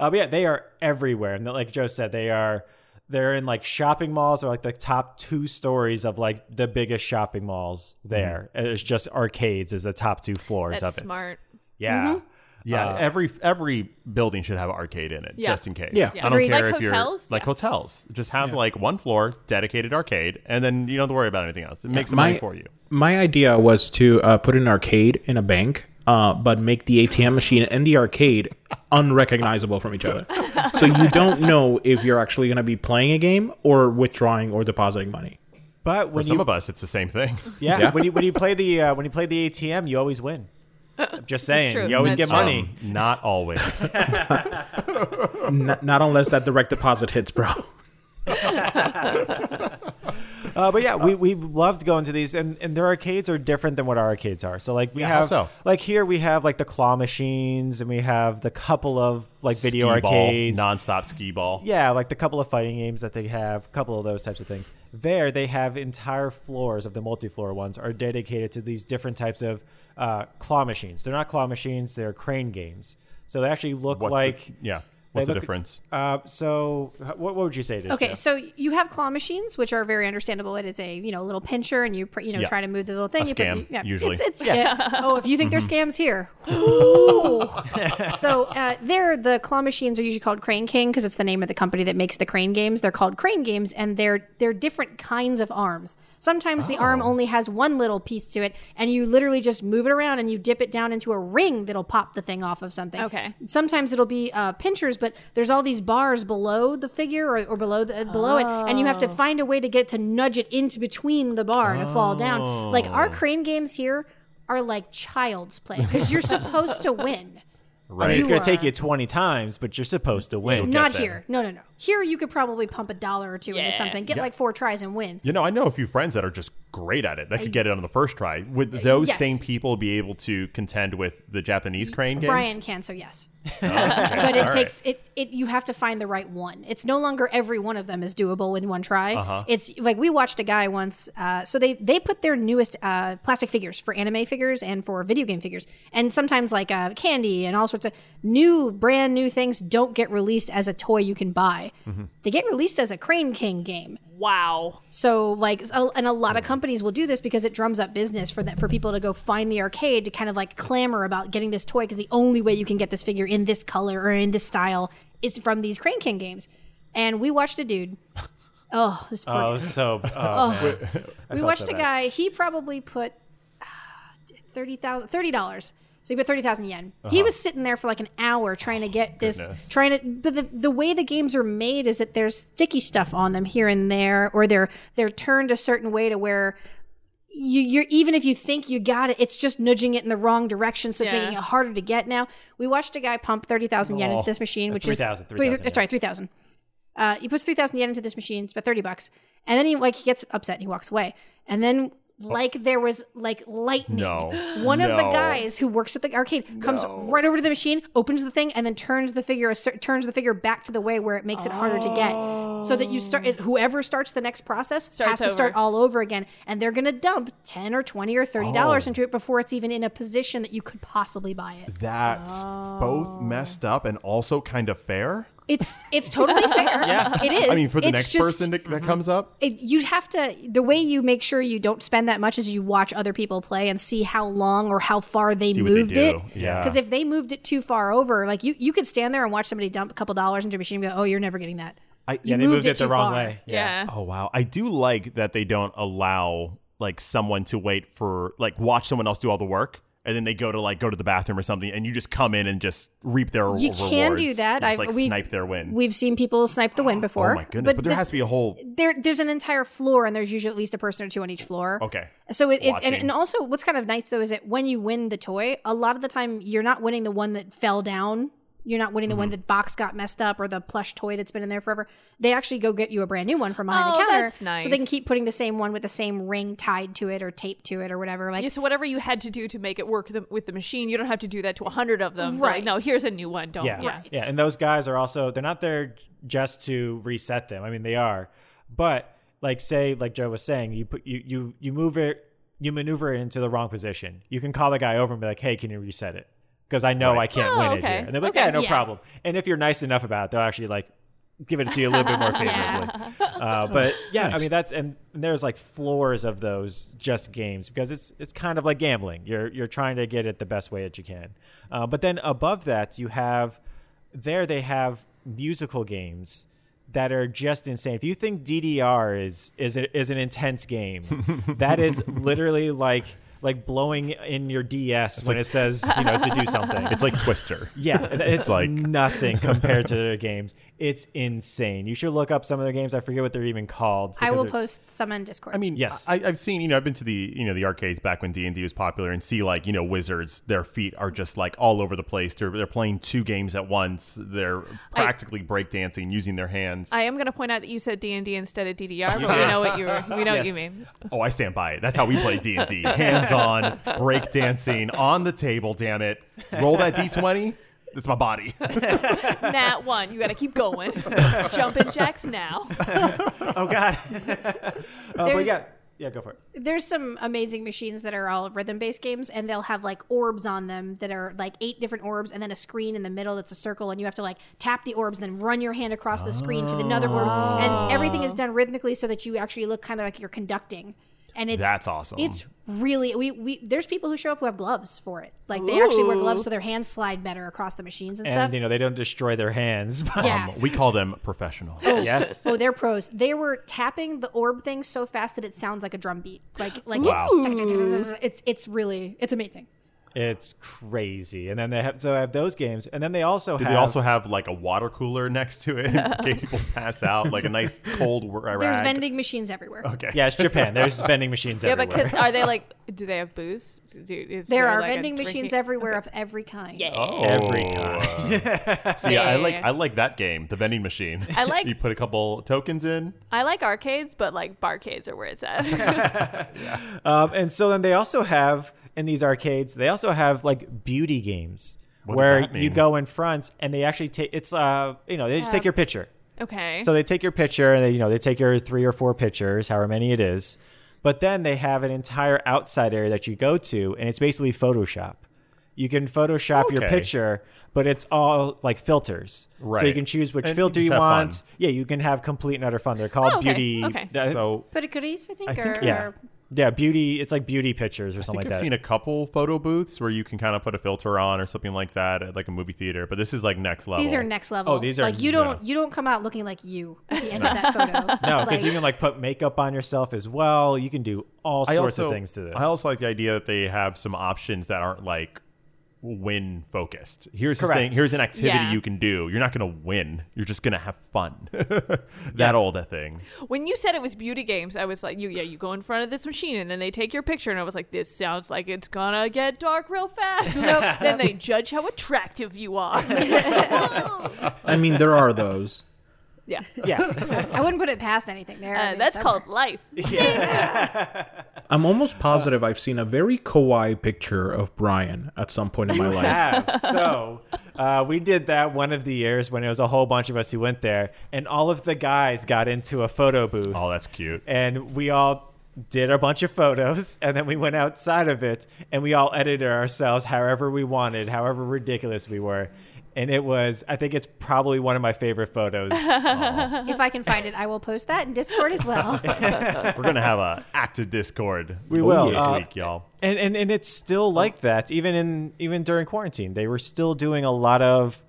Speaker 3: Uh, but yeah, they are everywhere, and like Joe said, they are they're in like shopping malls or like the top two stories of like the biggest shopping malls there.
Speaker 2: Mm.
Speaker 3: And It's just arcades is the top two floors
Speaker 4: That's
Speaker 3: of it.
Speaker 4: smart. Mm-hmm.
Speaker 3: Yeah.
Speaker 2: Yeah, every every building should have an arcade in it,
Speaker 4: Yeah.
Speaker 2: just in case.
Speaker 5: Yeah.
Speaker 4: Yeah.
Speaker 2: I don't
Speaker 4: Agreed.
Speaker 2: care
Speaker 4: Like
Speaker 2: if
Speaker 4: hotels?
Speaker 2: you're like
Speaker 4: Yeah.
Speaker 2: hotels. Just have like one floor dedicated arcade, and then you don't have to worry about anything else. It makes the
Speaker 5: My-
Speaker 2: money for you.
Speaker 5: My idea was to uh, put an arcade in a bank, uh, but make the ATM machine and the arcade unrecognizable from each other. So you don't know if you're actually going to be playing a game or withdrawing or depositing money.
Speaker 3: But
Speaker 2: For
Speaker 3: when
Speaker 2: some
Speaker 3: you
Speaker 2: of us, it's the same thing.
Speaker 3: yeah,
Speaker 5: Yeah.
Speaker 3: when you when you play the uh, when you play the ATM, you always
Speaker 4: [laughs]
Speaker 3: win. I'm just saying,
Speaker 4: true.
Speaker 3: [laughs] you always
Speaker 4: That's true.
Speaker 3: get money.
Speaker 2: Um, not
Speaker 3: [laughs]
Speaker 2: always.
Speaker 5: N- not unless that direct deposit hits, bro.
Speaker 3: Uh, but yeah, we we loved going to these, and, and their arcades are different than what our arcades are. So like we
Speaker 2: Yeah, how
Speaker 3: have,
Speaker 2: so?
Speaker 3: like here we have like the claw machines, and we have the couple of like video
Speaker 2: Skee ball,
Speaker 3: arcades,
Speaker 2: nonstop skee ball.
Speaker 3: Yeah, like the couple of fighting games that they have, a couple of those types of things. There, they have entire floors of the multi-floor ones are dedicated to these different types of uh, claw machines. They're not claw machines; they're crane games. So they actually look
Speaker 2: What's
Speaker 3: like.
Speaker 2: the, yeah. What's
Speaker 3: they
Speaker 2: the
Speaker 3: look-
Speaker 2: difference?
Speaker 3: Uh, so, h- what, what would you say? To
Speaker 6: Okay, so you have claw machines, which are very understandable. It is a you know little pincher, and you pr- you know
Speaker 2: Yeah.
Speaker 6: try to move the little thing. you
Speaker 2: scam,
Speaker 6: yeah,
Speaker 2: usually. Mm-hmm.
Speaker 6: It's, it's, yeah. Oh, if you think they're scams here, Ooh. so uh, there the claw machines are usually called Crane King because it's the name of the company that makes the crane games. They're called crane games, and they're they're different kinds of arms. Sometimes the arm only has one little piece to it, and you literally just move it around and you dip it down into a ring that'll pop the thing off of something.
Speaker 4: Okay.
Speaker 6: Sometimes it'll be uh, pinchers, but there's all these bars below the figure or, or below the, below it, and you have to find a way to get to nudge it into between the bar and to fall down. Like our crane games here are like child's play because you're supposed to win.
Speaker 3: I
Speaker 2: Right.
Speaker 3: mean, it's going
Speaker 6: you
Speaker 3: to take
Speaker 6: are-
Speaker 3: you 20 times, but you're supposed to win.
Speaker 6: Not
Speaker 2: there.
Speaker 6: here. No, no, no. Here you could probably pump a dollar or two
Speaker 4: Yeah.
Speaker 6: into something, get like four tries and win.
Speaker 2: You know, I know a few friends that are just great at it. That could get it on the first try. Would those
Speaker 6: Uh, yes.
Speaker 2: same people be able to contend with the Japanese crane games?
Speaker 6: Brian can, so yes.
Speaker 2: but
Speaker 6: But it takes it, it. You have to find the right one. It's no longer every one of them is doable with one try. It's like we watched a guy once. Uh, so they they put their newest uh, plastic figures for anime figures and for video game figures, and sometimes like uh, candy and all sorts of new brand new things don't get released as a toy you can buy. They get released as a Crane King game.
Speaker 4: Wow.
Speaker 6: So like, a- and a lot of companies will do this because it drums up business for that for people to go find the arcade to kind of like clamor about getting this toy because the only way you can get this figure in this color or in this style is from these Crane King games. And we watched a dude. Oh, this poor
Speaker 3: Oh,
Speaker 6: guy. [laughs]
Speaker 3: [laughs] so. Oh, man.
Speaker 6: we watched a guy. He probably put uh, thirty thousand, thirty dollars. So he put thirty thousand yen. He was sitting there for like an hour trying to get this,
Speaker 2: goodness.
Speaker 6: trying to. But the, the way the games are made is that there's sticky stuff on them here and there, or they're they're turned a certain way to where you, you're even if you think you got it, it's just nudging it in the wrong direction, so
Speaker 4: Yeah.
Speaker 6: it's making it harder to get. Now we watched a guy pump thirty thousand yen
Speaker 3: Oh.
Speaker 6: into this machine, which is
Speaker 3: 3,000,
Speaker 6: three-
Speaker 3: 3,000, yeah.
Speaker 6: Sorry, three thousand. Uh, he puts three thousand yen into this machine. It's about thirty bucks, and then he like he gets upset and he walks away. And then like there was like lightning.
Speaker 2: No.
Speaker 6: [gasps] One of the
Speaker 2: No.
Speaker 6: guys who works at the arcade comes right over to the machine, opens the thing, and then turns the figure a cer- turns the figure back to the way where it makes it harder to get, so that you start it- whoever starts the next process
Speaker 4: Starts
Speaker 6: has to start
Speaker 4: over.
Speaker 6: all over again, and they're gonna dump ten or twenty or thirty dollars
Speaker 2: Oh.
Speaker 6: into it before it's even in a position that you could possibly buy it.
Speaker 2: That's both messed up and also kind of fair.
Speaker 6: It's it's
Speaker 4: [laughs]
Speaker 6: totally fair.
Speaker 3: Yeah.
Speaker 6: It is.
Speaker 2: I mean, for the
Speaker 6: It's
Speaker 2: next
Speaker 6: just- Mm-hmm.
Speaker 2: person that, that comes up,
Speaker 6: it, you have to the way you make sure you don't spend that much is you watch other people play and see how long or how far they
Speaker 2: See what they
Speaker 6: moved
Speaker 2: do.
Speaker 6: it
Speaker 2: Yeah.
Speaker 6: because if they moved it too far over like you you could stand there and watch somebody dump a couple dollars into a machine and go oh you're never getting that
Speaker 2: I
Speaker 6: You
Speaker 3: yeah, they moved, it, the
Speaker 6: too
Speaker 3: wrong
Speaker 6: far.
Speaker 3: way.
Speaker 4: Yeah.
Speaker 2: Oh wow. I do like that they don't allow like someone to wait for like watch someone else do all the work and then they go to like go to the bathroom or something and you just come in and just reap their
Speaker 6: You
Speaker 2: rewards.
Speaker 6: can do that.
Speaker 2: You
Speaker 6: I've-
Speaker 2: just, like
Speaker 6: we-
Speaker 2: snipe their win.
Speaker 6: we've seen people snipe the win before
Speaker 2: [gasps] oh my goodness. But, there
Speaker 6: the-
Speaker 2: has to be a whole
Speaker 6: there, there's an entire floor and there's usually at least a person or two on each floor
Speaker 2: Okay.
Speaker 6: So it, it's and,
Speaker 2: Watching.
Speaker 6: and also what's kind of nice though is that when you win the toy, a lot of the time you're not winning the one that fell down. You're not winning the
Speaker 2: Mm-hmm.
Speaker 6: one that box got messed up or the plush toy that's been in there forever. They actually go get you a brand new one from behind
Speaker 4: Oh,
Speaker 6: the counter,
Speaker 4: that's
Speaker 6: so
Speaker 4: nice.
Speaker 6: they can keep putting the same one with the same ring tied to it or taped to it or whatever. Like
Speaker 4: Yeah, so whatever you had to do to make it work the, with the machine, you don't have to do that to a hundred of them. They're like,
Speaker 6: Right.
Speaker 4: no, here's a new one. Don't.
Speaker 3: Yeah. Yeah. And those guys are also they're not there just to reset them. I mean, they are. But like say like Joe was saying, you put you you you move it you maneuver it into the wrong position. You can call the guy over and be like, "Hey, can you reset it?" Because I know I can't
Speaker 4: Oh,
Speaker 3: win
Speaker 4: okay.
Speaker 3: it here. And they're like,
Speaker 4: Okay.
Speaker 3: "Yeah, no
Speaker 6: Yeah.
Speaker 3: problem." And if you're nice enough about it, they'll actually like give it to you a little
Speaker 4: [laughs]
Speaker 3: bit more favorably. [laughs] Uh, but yeah, I mean that's and there's like floors of those just games because it's it's kind of like gambling. You're you're trying to get it the best way that you can. Uh, but then above that, you have there they have musical games that are just insane. If you think DDR is is a, is an intense game, that is literally like like blowing in your DS when it says you know to do something.
Speaker 2: It's like Twister. [laughs]
Speaker 3: Yeah, and it's
Speaker 2: like- [laughs]
Speaker 3: like nothing compared to their games. It's insane. You should look up some of their games. I forget what they're even called.
Speaker 6: I
Speaker 3: because
Speaker 6: will
Speaker 3: they're-
Speaker 6: post some on Discord.
Speaker 2: I mean,
Speaker 3: Yes.
Speaker 2: I, I've seen, you know, I've been to the, you know, the arcades back when D and D was popular, and see like, you know, wizards. Their feet are just like all over the place. They're they're playing two games at once. They're practically breakdancing using their hands.
Speaker 4: I am going to point out that you said D and D instead of DDR, but we know what you were. We know what you
Speaker 3: Yes.
Speaker 4: mean.
Speaker 2: oh, I stand by it. That's how we play D [laughs] and D. Hands on, breakdancing on the table. Damn it! Roll that D twenty. That's my body.
Speaker 4: Nat one. You got to keep going. Jumping jacks now.
Speaker 3: Oh God. [laughs] uh, but
Speaker 6: There's-
Speaker 3: yeah, yeah, go for it.
Speaker 6: there's some amazing machines that are all rhythm based games and they'll have like orbs on them that are like eight different orbs and then a screen in the middle that's a circle and you have to like tap the orbs and then run your hand across the screen to the another orb
Speaker 2: Oh.
Speaker 6: and everything is done rhythmically so that you actually look kind of like you're conducting and it's
Speaker 2: That's awesome.
Speaker 6: it's really we, we there's people who show up who have gloves for it like they actually wear gloves so their hands slide better across the machines and,
Speaker 3: And
Speaker 6: stuff
Speaker 3: you know they don't destroy their hands. [laughs] but-
Speaker 6: yeah
Speaker 2: [laughs] um, we call them professionals.
Speaker 3: yes.
Speaker 6: Oh, they're pros. They were tapping the orb thing so fast that it sounds like a drum beat. Like like
Speaker 2: Wow.
Speaker 6: it's, it's it's really it's amazing.
Speaker 3: It's crazy. And then they have so they have those games, and then they also
Speaker 2: Did
Speaker 3: have
Speaker 2: they also have like a water cooler next to it in [laughs] case people pass out? Like a nice cold rag.
Speaker 6: There's vending machines everywhere.
Speaker 2: Okay.
Speaker 3: yeah, it's Japan. There's [laughs] vending machines
Speaker 4: Yeah, but
Speaker 3: everywhere.
Speaker 4: could, are they like? [laughs] Do they have booze? Do, is
Speaker 6: There are
Speaker 4: like, a
Speaker 6: vending machines
Speaker 4: drinking-
Speaker 6: everywhere of every kind.
Speaker 4: Yeah.
Speaker 2: Oh.
Speaker 3: Every
Speaker 2: [laughs]
Speaker 3: kind.
Speaker 2: See, I
Speaker 4: Yeah.
Speaker 2: like I like that game, the vending machine.
Speaker 4: I like-
Speaker 2: [laughs] you put a couple tokens in.
Speaker 4: I like arcades, but like barcades are where it's at.
Speaker 3: Um, and so then they also have in these arcades, they also have like beauty games
Speaker 2: What does
Speaker 3: where
Speaker 2: that
Speaker 3: you
Speaker 2: mean?
Speaker 3: go in front and they actually take it's uh you know they just take your picture.
Speaker 4: okay.
Speaker 3: So they take your picture and they you know they take your three or four pictures, however many it is. But then they have an entire outside area that you go to and it's basically Photoshop. You can Photoshop your
Speaker 2: Okay.
Speaker 3: picture, but it's all like filters. So you
Speaker 2: Right.
Speaker 3: can choose which
Speaker 2: And you
Speaker 3: filter
Speaker 2: just
Speaker 3: you
Speaker 2: have fun.
Speaker 3: want. Yeah, you can have complete and utter fun. They're called
Speaker 4: Oh, okay.
Speaker 3: beauty.
Speaker 4: Okay.
Speaker 3: uh,
Speaker 2: So
Speaker 6: Puricuris, I think,
Speaker 2: think-
Speaker 6: or
Speaker 3: yeah. Yeah, beauty. It's like beauty pictures or
Speaker 2: I
Speaker 3: something
Speaker 2: think
Speaker 3: like
Speaker 2: I've
Speaker 3: that.
Speaker 2: seen a couple photo booths where you can kind of put a filter on or something like that at like a movie theater, but this is like next level.
Speaker 6: these are next level.
Speaker 3: Oh, these are-
Speaker 6: like you don't you don't come out looking like you at the end of that photo.
Speaker 3: No, [laughs] because
Speaker 6: Like,
Speaker 3: you can like put makeup on yourself as well. You can do all
Speaker 2: I
Speaker 3: sorts of
Speaker 2: also-
Speaker 3: things to this.
Speaker 2: I also like the idea that they have some options that aren't like win focused. Here's the
Speaker 3: Correct.
Speaker 2: thing. Here's an activity
Speaker 4: Yeah.
Speaker 2: you can do. You're not going to win. You're just going to have fun. [laughs] that old a thing.
Speaker 4: when you said it was beauty games, I was like, you yeah, you go in front of this machine and then they take your picture and I was like, this sounds like it's gonna get dark real
Speaker 3: [laughs]
Speaker 4: fast. then they judge how attractive you are.
Speaker 5: I mean, there are those.
Speaker 4: yeah.
Speaker 2: [laughs]
Speaker 3: yeah,
Speaker 6: I wouldn't put it past anything there. I
Speaker 4: Uh,
Speaker 6: mean,
Speaker 4: that's
Speaker 6: so-
Speaker 4: called life.
Speaker 5: I'm almost positive I've seen a very kawaii picture of Brian at some point in my life.
Speaker 3: have. So uh, we did that one of the years when it was a whole bunch of us who went there, and all of the guys got into a photo booth,
Speaker 2: Oh, that's cute.
Speaker 3: and we all did a bunch of photos, and then we went outside of it, and we all edited ourselves however we wanted, however ridiculous we were. and it was I think it's probably one of my favorite
Speaker 2: [laughs]
Speaker 3: photos.
Speaker 6: If I can find it, I will post that in Discord
Speaker 3: [laughs]
Speaker 6: as well.
Speaker 2: We're gonna have a active Discord.
Speaker 3: We will.
Speaker 2: this
Speaker 3: Uh,
Speaker 2: week, y'all.
Speaker 3: and, and and it's still like that even in even during quarantine. They were still doing a lot of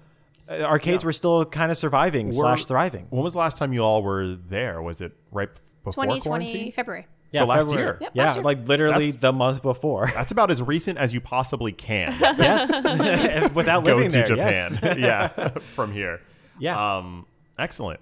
Speaker 3: uh, arcades were still kind of surviving slash thriving.
Speaker 2: When was the last time you all were there? Was it right before
Speaker 6: 2020
Speaker 2: quarantine?
Speaker 6: February.
Speaker 2: so last
Speaker 3: February.
Speaker 2: year.
Speaker 6: Yep,
Speaker 3: yeah,
Speaker 6: last year.
Speaker 3: like literally
Speaker 2: That's-
Speaker 3: the
Speaker 6: [laughs]
Speaker 3: month before.
Speaker 2: That's about as recent as you possibly can.
Speaker 3: yes, without
Speaker 2: Go
Speaker 3: [laughs] living
Speaker 2: to
Speaker 3: there.
Speaker 2: Japan. [laughs]
Speaker 3: Yes.
Speaker 2: yeah, from here.
Speaker 3: [laughs] Yeah.
Speaker 2: Um, excellent.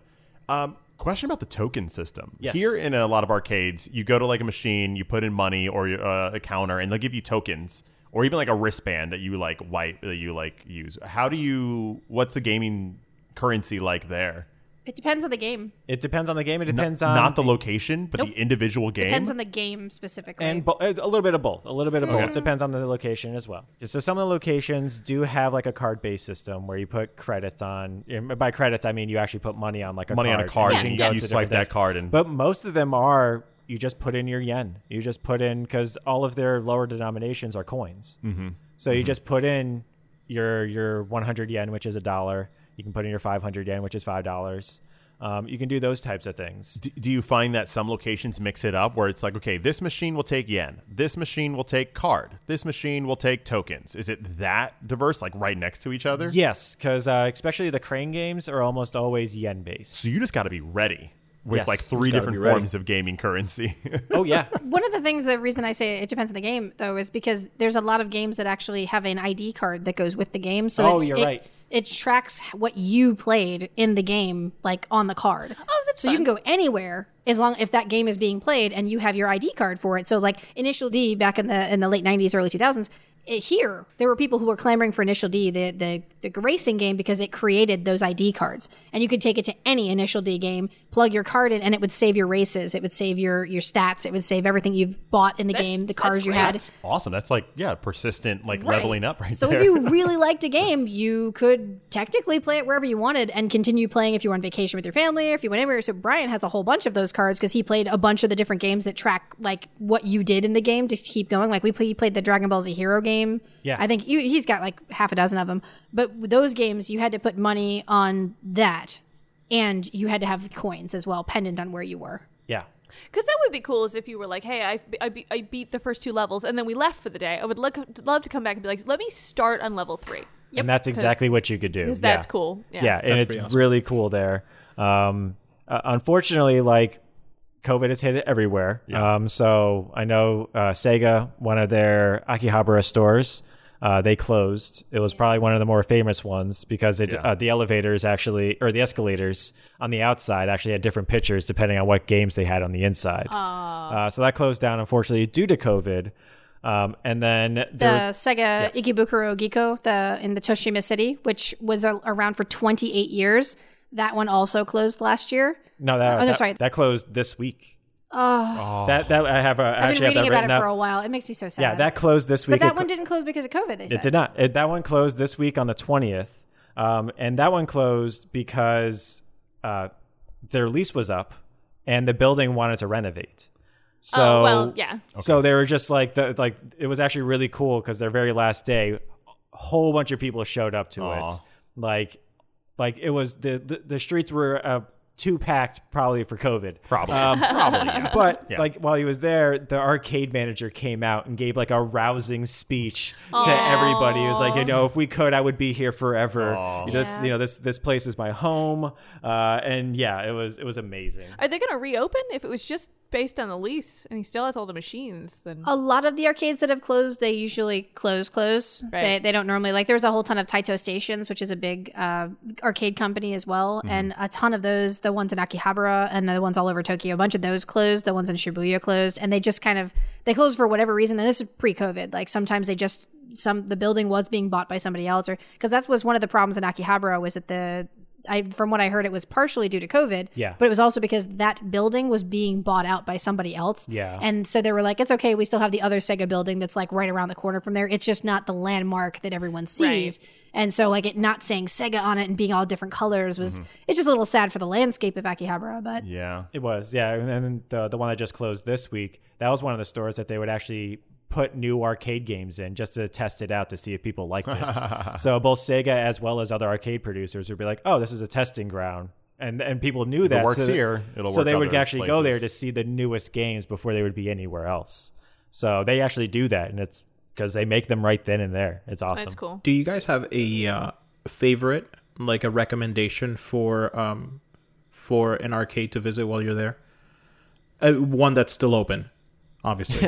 Speaker 2: Um, question about the token system.
Speaker 3: Yes.
Speaker 2: Here in a lot of arcades, you go to like a machine, you put in money or uh, a counter, and they'll give you tokens or even like a wristband that you like wipe that you like use. How do you? What's the gaming currency like there?
Speaker 6: It depends on the game.
Speaker 3: it depends on the game. It depends on
Speaker 2: Not the location, but the individual game.
Speaker 6: Depends on the game specifically.
Speaker 3: and bo- uh, a little bit of both. A little bit of both. Depends on the location as well. So some of the locations do have like a card-based system where you put credits on. By credits, I mean you actually put money on like a
Speaker 2: Money on
Speaker 3: card.
Speaker 2: a card
Speaker 3: You
Speaker 2: and
Speaker 3: can
Speaker 2: you-
Speaker 3: go
Speaker 2: you
Speaker 3: to
Speaker 2: swipe
Speaker 3: different
Speaker 2: that
Speaker 3: things.
Speaker 2: card and-
Speaker 3: But most of them are you just put in your yen. You just put in because all of their lower denominations are coins. Mm-hmm. So you just put in your your 100 yen, which is a dollar. You can put in your 500 yen, which is five dollars. Um, you can do those types of things.
Speaker 2: D- do you find that some locations mix it up where it's like, okay, this machine will take yen, this machine will take card, this machine will take tokens? Is it that diverse, like right next to each other?
Speaker 3: Yes, because uh, especially the crane games are almost always yen based.
Speaker 2: So you just got to be ready with
Speaker 3: Yes.
Speaker 2: like three
Speaker 5: Just gotta
Speaker 2: different
Speaker 5: be ready.
Speaker 2: forms of gaming currency. [laughs]
Speaker 3: Oh yeah,
Speaker 6: One of the things, the reason I say it depends on the game, though, is because there's a lot of games that actually have an ID card that goes with the game. So
Speaker 3: Oh,
Speaker 6: it,
Speaker 3: you're
Speaker 6: it,
Speaker 3: right.
Speaker 6: It tracks what you played in the game, like on the card. Oh,
Speaker 4: that's
Speaker 6: so you can go anywhere as long if that game is being played and you have your ID card for it. So like Initial D back in the in the late '90s, early 2000s. It, here, there were people who were clamoring for Initial D, the, the the racing game, because it created those ID cards, and you could take it to any Initial D game, plug your card in, and it would save your races, it would save your your stats, it would save everything you've bought in the game, the cars you had.
Speaker 2: awesome. That's like, yeah, persistent, like
Speaker 6: Right.
Speaker 2: leveling up right
Speaker 6: so
Speaker 2: there.
Speaker 6: if you really liked a game, you could technically play it wherever you wanted and continue playing if you were on vacation with your family or if you went anywhere. So Brian has a whole bunch of those cards because he played a bunch of the different games that track like what you did in the game to keep going. Like we play, he played the Dragon Ball Z Hero game.
Speaker 3: Yeah.
Speaker 6: I think you, he's got like half a dozen of them. But with those games, you had to put money on that, and you had to have coins as well, pendant on where you were.
Speaker 3: yeah.
Speaker 4: Because that would be cool is if you were like, hey, I, I, be- I beat the first two levels and then we left for the day. I would look, love to come back and be like, let me start on level three.
Speaker 3: and that's exactly what you could do.
Speaker 4: 'Cause that's
Speaker 3: Yeah.
Speaker 4: cool. Yeah.
Speaker 3: Yeah, and it's really cool there. Um, uh, unfortunately, like COVID has hit it everywhere. Um, so I know uh, Sega, one of their Akihabara stores, uh, they closed. It was probably one of the more famous ones because it, uh, the elevators actually, or the escalators on the outside actually had different pictures depending on what games they had on the inside. Uh, so that closed down, unfortunately, due to COVID. Um, and then there
Speaker 6: the
Speaker 3: was,
Speaker 6: Sega Ikebukuro Giko the in the Toshima city, which was a, around for 28 years. That one also closed last year.
Speaker 3: No, that,
Speaker 6: no,
Speaker 3: that,
Speaker 6: sorry.
Speaker 3: that closed this week. Oh. That, that I have. A, I
Speaker 6: I've
Speaker 3: actually
Speaker 6: been reading
Speaker 3: have that
Speaker 6: about
Speaker 3: written
Speaker 6: it for a
Speaker 3: up.
Speaker 6: while. It makes me so sad.
Speaker 3: Yeah, that closed this week.
Speaker 6: but that
Speaker 3: It
Speaker 6: one
Speaker 3: cl-
Speaker 6: didn't close because of COVID. They said
Speaker 3: It did not. It, that one closed this week on the twentieth, um, and that one closed because uh, their lease was up, and the building wanted to renovate. So
Speaker 4: Oh, well, yeah.
Speaker 3: So they were just like the like it was actually really cool because their very last day, a whole bunch of people showed up to
Speaker 2: Aw.
Speaker 3: it. Like, like it was the the, the streets were uh, too packed probably for COVID.
Speaker 2: [laughs] probably, probably. [laughs] Yeah.
Speaker 3: [laughs] But
Speaker 2: Yeah.
Speaker 3: like while he was there, the arcade manager came out and gave like a rousing speech to everybody. He was like, you know, if we could, I would be here forever. This,
Speaker 6: Yeah.
Speaker 3: you know, this this place is my home. Uh, and yeah, it was it was amazing.
Speaker 4: Are they going to reopen? If it was just based on the lease and he still has all the machines, then.
Speaker 6: a lot of the arcades that have closed, they usually close close. They,
Speaker 4: Right.
Speaker 6: they don't normally like. There's a whole ton of Taito Stations, which is a big uh, arcade company as well,
Speaker 3: Mm-hmm.
Speaker 6: and a ton of those, the ones in Akihabara and the ones all over Tokyo, a bunch of those closed. The ones in Shibuya closed, and they just kind of they closed for whatever reason. And this is pre-COVID. Like sometimes they just some the building was being bought by somebody else, or because that's was one of the problems in Akihabara was that the I, from what I heard, it was partially due to COVID.
Speaker 3: Yeah.
Speaker 6: But it was also because that building was being bought out by somebody else.
Speaker 3: Yeah.
Speaker 6: And so they were like, it's okay. We still have the other Sega building that's like right around the corner from there. It's just not the landmark that everyone sees. And so, like, it not saying Sega on it and being all different colors was,
Speaker 3: Mm-hmm.
Speaker 6: it's just a little sad for the landscape of Akihabara. But
Speaker 2: yeah.
Speaker 3: It was, yeah. And then the the one that just closed this week, that was one of the stores that they would actually put new arcade games in just to test it out to see if people liked
Speaker 2: [laughs]
Speaker 3: it. so both Sega as well as other arcade producers would be like, "Oh, this is a testing ground." And and people knew that
Speaker 2: works
Speaker 3: so,
Speaker 2: here, it'll
Speaker 3: so
Speaker 2: work
Speaker 3: they would
Speaker 2: other
Speaker 3: actually go there
Speaker 2: places.
Speaker 3: to see the newest games before they would be anywhere else. So they actually do that, and it's because they make them right then and there. It's awesome.
Speaker 4: That's cool.
Speaker 5: Do you guys have a uh, favorite, like a recommendation for um, for an arcade to visit while you're there? Uh, one that's still open, obviously.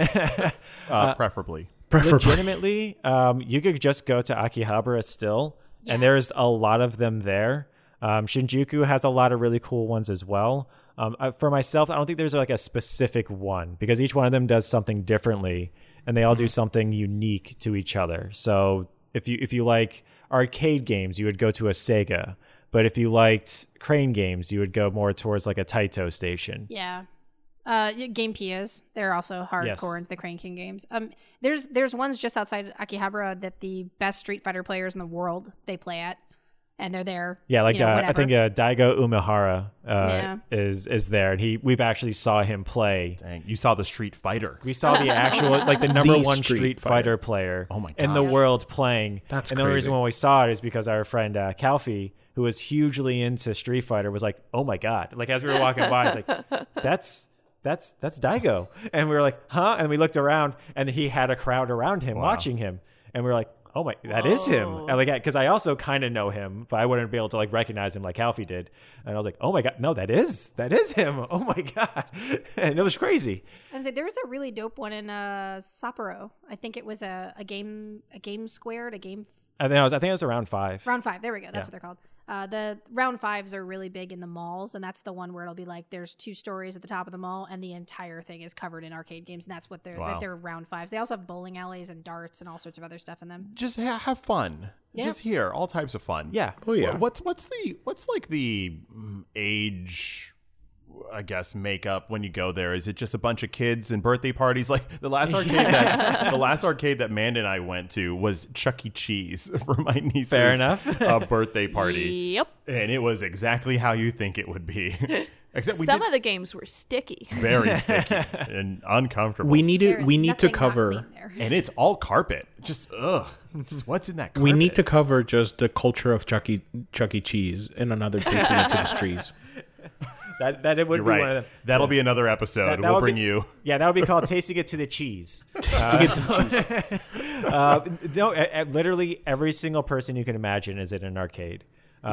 Speaker 2: uh, preferably.
Speaker 5: Preferably.
Speaker 3: legitimately, um, you could just go to Akihabara still, and there's a lot of them there. Um, Shinjuku has a lot of really cool ones as well. Um, I, for myself, I don't think there's like a specific one because each one of them does something differently, and they all do something unique to each other. So if you if you like arcade games, you would go to a Sega. But if you liked crane games, you would go more towards like a Taito station.
Speaker 6: Yeah. Uh, y- Game Pias, they're also hardcore
Speaker 3: Yes.
Speaker 6: into the Crane King games. Um, there's there's ones just outside Akihabara that the best Street Fighter players in the world they play at, and they're there.
Speaker 3: Yeah, like
Speaker 6: you know,
Speaker 3: uh, I
Speaker 6: whenever.
Speaker 3: think uh, Daigo Umehara uh,
Speaker 6: Yeah.
Speaker 3: is is there, and he we've actually saw him play.
Speaker 2: Dang, you saw the Street Fighter.
Speaker 3: We saw the actual like the number
Speaker 5: The
Speaker 3: one
Speaker 5: Street
Speaker 3: Street, Fighter.
Speaker 5: Fighter.
Speaker 3: player
Speaker 2: Oh my
Speaker 3: in the world playing.
Speaker 5: That's
Speaker 3: and the only
Speaker 5: crazy.
Speaker 3: reason why we saw it is because our friend uh, Calfee, who was hugely into Street Fighter, was like, "Oh my god!" Like as we were walking by, he's like, "That's." That's that's Daigo, and we were like, huh? And we looked around, and he had a crowd around him watching him, and we were like, oh my, that is him. And like, because I also kind of know him, but I wouldn't be able to like recognize him like Alfie did. And I was like, oh my god, no, that is that is him. Oh my [laughs] god, and it was crazy.
Speaker 6: I was like, there was a really dope one in uh, Sapporo. I think it was a, a game a game squared a game
Speaker 3: I think I was. I think it was around five.
Speaker 6: round five. There we go. That's what they're called. Uh, the round fives are really big in the malls, and that's the one where it'll be like there's two stories at the top of the mall, and the entire thing is covered in arcade games, and that's what they're
Speaker 2: Wow.
Speaker 6: that they're round fives. They also have bowling alleys and darts and all sorts of other stuff in them.
Speaker 2: Just ha- have fun.
Speaker 6: Yeah.
Speaker 2: Just here, all types of fun.
Speaker 3: Yeah.
Speaker 5: oh yeah.
Speaker 2: Wha- What's what's the what's like the mm, age I guess makeup when you go there? Is it just a bunch of kids and birthday parties? [laughs] Like the last arcade that the last arcade that Mand and I went to was Chuck E. Cheese [laughs] for my niece's
Speaker 3: Fair
Speaker 2: [laughs]
Speaker 3: enough.
Speaker 2: uh,
Speaker 4: [laughs]
Speaker 2: birthday party.
Speaker 4: Yep.
Speaker 2: And it was exactly how you think it would be. [laughs] Except we
Speaker 4: Some
Speaker 2: did
Speaker 4: of the games were sticky.
Speaker 2: very sticky and uncomfortable.
Speaker 5: we need to
Speaker 6: There is
Speaker 5: we need to
Speaker 6: nothing not
Speaker 5: cover
Speaker 6: clean there. [laughs]
Speaker 2: and it's all carpet. Just ugh. Just what's in that carpet?
Speaker 5: we need to cover just the culture of Chuck E. Chuck E. Cheese in another tasting into the streets.
Speaker 3: That that it would
Speaker 2: You're
Speaker 3: be one of
Speaker 2: right.
Speaker 3: them.
Speaker 2: That'll be another episode.
Speaker 3: That- that
Speaker 2: we'll
Speaker 3: would
Speaker 2: bring
Speaker 3: be-
Speaker 2: you.
Speaker 3: Yeah, that would be called tasting it to the
Speaker 2: [laughs]
Speaker 3: cheese.
Speaker 5: Tasting it to the cheese.
Speaker 3: Uh, [laughs] no, uh, literally every single person you can imagine is in an arcade.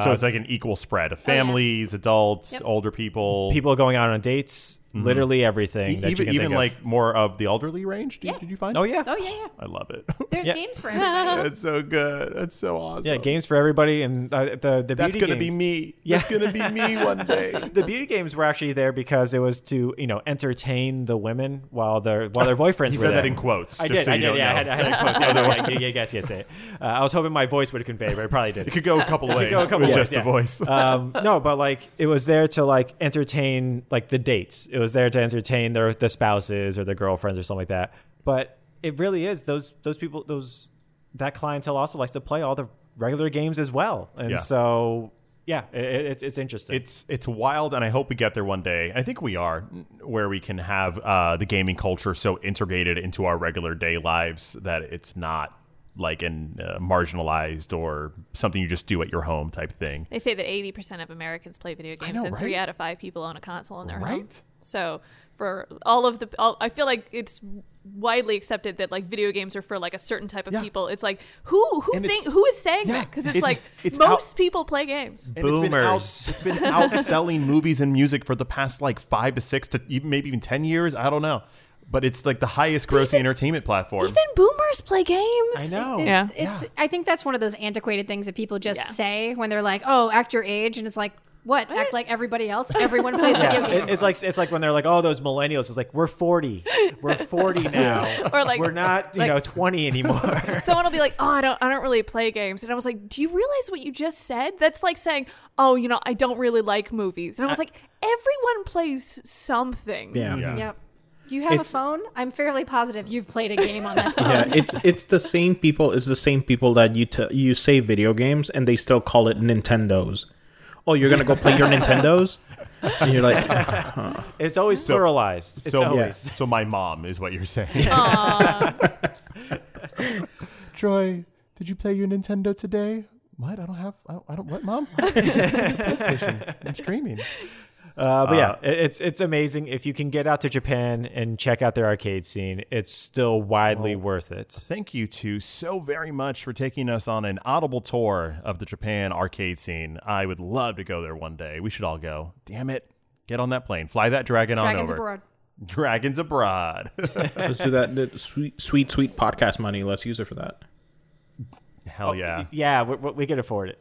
Speaker 2: So it's like an equal spread of families, adults, older people,
Speaker 3: Oh, People going out on dates, literally everything.
Speaker 2: e-
Speaker 3: that you
Speaker 2: even
Speaker 3: can
Speaker 2: even
Speaker 3: think of.
Speaker 2: like more of the elderly range. Did,
Speaker 6: Yeah.
Speaker 2: did you find?
Speaker 3: oh yeah,
Speaker 6: Oh yeah, yeah.
Speaker 2: I love [laughs] it.
Speaker 6: There's
Speaker 3: Yeah.
Speaker 6: games for everybody.
Speaker 2: That's so good. That's so awesome.
Speaker 3: yeah, games for everybody, and uh, the the
Speaker 2: That's
Speaker 3: beauty
Speaker 2: gonna
Speaker 3: games.
Speaker 2: be me. That's gonna be me one
Speaker 3: [laughs]
Speaker 2: day.
Speaker 3: The beauty games were actually there because it was to you know entertain the women while their
Speaker 2: [laughs]
Speaker 3: while their boyfriends
Speaker 2: He
Speaker 3: were
Speaker 2: said
Speaker 3: there.
Speaker 2: that in quotes.
Speaker 3: I
Speaker 2: just
Speaker 3: did.
Speaker 2: so
Speaker 3: I
Speaker 2: you
Speaker 3: did.
Speaker 2: don't
Speaker 3: Yeah, I
Speaker 2: know.
Speaker 3: had, I had a quote. Yeah, no, I, yeah, yes, yes. yeah. Uh, I was hoping my voice would convey, but it probably didn't.
Speaker 2: It [laughs] could go a
Speaker 3: [laughs]
Speaker 2: couple ways.
Speaker 3: go a couple
Speaker 2: with
Speaker 3: ways,
Speaker 2: just
Speaker 3: yeah.
Speaker 2: a voice.
Speaker 3: um, no, but like it was there to like entertain like the dates. It was there to entertain their the spouses or their girlfriends or something like that. But it really is those those people those that clientele also likes to play all the regular games as well. And
Speaker 2: Yeah.
Speaker 3: so yeah, it, it, it's it's interesting.
Speaker 2: It's it's wild, and I hope we get there one day. I think we are where we can have uh, the gaming culture so integrated into our regular day lives that it's not like an uh, marginalized or something you just do at your home type thing.
Speaker 4: They say that 80% of Americans play video games,
Speaker 2: know,
Speaker 4: and three
Speaker 2: right?
Speaker 4: out of five people own a console in their home.
Speaker 2: Right?
Speaker 4: So for all of the, all, I feel like it's widely accepted that like video games are for like a certain type of
Speaker 2: Yeah.
Speaker 4: people. It's like who who
Speaker 2: And
Speaker 4: think
Speaker 2: it's-
Speaker 4: who is saying
Speaker 2: yeah,
Speaker 4: that? Because it's,
Speaker 2: it's-
Speaker 4: like
Speaker 2: it's
Speaker 4: most
Speaker 2: out-
Speaker 4: people play games.
Speaker 2: And it's been out-
Speaker 3: Boomers.
Speaker 2: It's been, outselling movies and music for the past like five to six to even maybe even ten years. I don't know, but it's like the highest grossing entertainment platform.
Speaker 4: Even boomers play games.
Speaker 3: I know.
Speaker 4: Yeah.
Speaker 6: It's, it's, I think that's one of those antiquated things that people just
Speaker 4: Yeah.
Speaker 6: say when they're like, "Oh, act your age," and it's like, "What? Act like everybody else? Everyone plays video
Speaker 3: Yeah,
Speaker 6: games."
Speaker 3: it- it's like it's like when they're like, "Oh, those millennials." It's like we're forty,
Speaker 4: [laughs]
Speaker 3: we're forty now.
Speaker 4: Or like-
Speaker 3: we're not, you
Speaker 4: like-
Speaker 3: know,
Speaker 4: [laughs]
Speaker 3: twenty anymore.
Speaker 4: [laughs] Someone will be like, "Oh, I don't, I don't really play games," and I was like, "Do you realize what you just said? That's like saying, oh, you know, I don't really like movies," and I was like, "Everyone plays something."
Speaker 5: Yeah. yeah.
Speaker 6: Yep. Do you have a
Speaker 5: It's-
Speaker 6: phone? I'm fairly positive you've played a game on that phone.
Speaker 5: it's it's the same people. It's the same people that you t- you say video games and they still call it Nintendos. Oh, you're gonna go play your Nintendos? And you're like,
Speaker 3: It's always pluralized. It's
Speaker 2: So,
Speaker 3: always.
Speaker 2: so my mom is what you're saying.
Speaker 4: Aw.
Speaker 2: Troy, did you play your Nintendo today? What? I don't have. I don't. I don't
Speaker 6: [laughs]
Speaker 2: what, mom? PlayStation. I'm streaming.
Speaker 3: Uh, but yeah, it- it's it's amazing. If you can get out to Japan and check out their arcade scene, it's still
Speaker 2: Oh.
Speaker 3: widely worth it.
Speaker 2: Thank you two so very much for taking us on an audible tour of the Japan arcade scene. I would love to go there one day. We should all go. Damn it! Get on that plane. Fly that dragon on
Speaker 6: Dragons
Speaker 2: over.
Speaker 6: abroad.
Speaker 2: Dragons abroad. [laughs]
Speaker 5: let's do that, that sweet, sweet, sweet podcast money. Let's use it for that.
Speaker 2: Hell Oh, yeah.
Speaker 3: Yeah, we, we- we can afford it.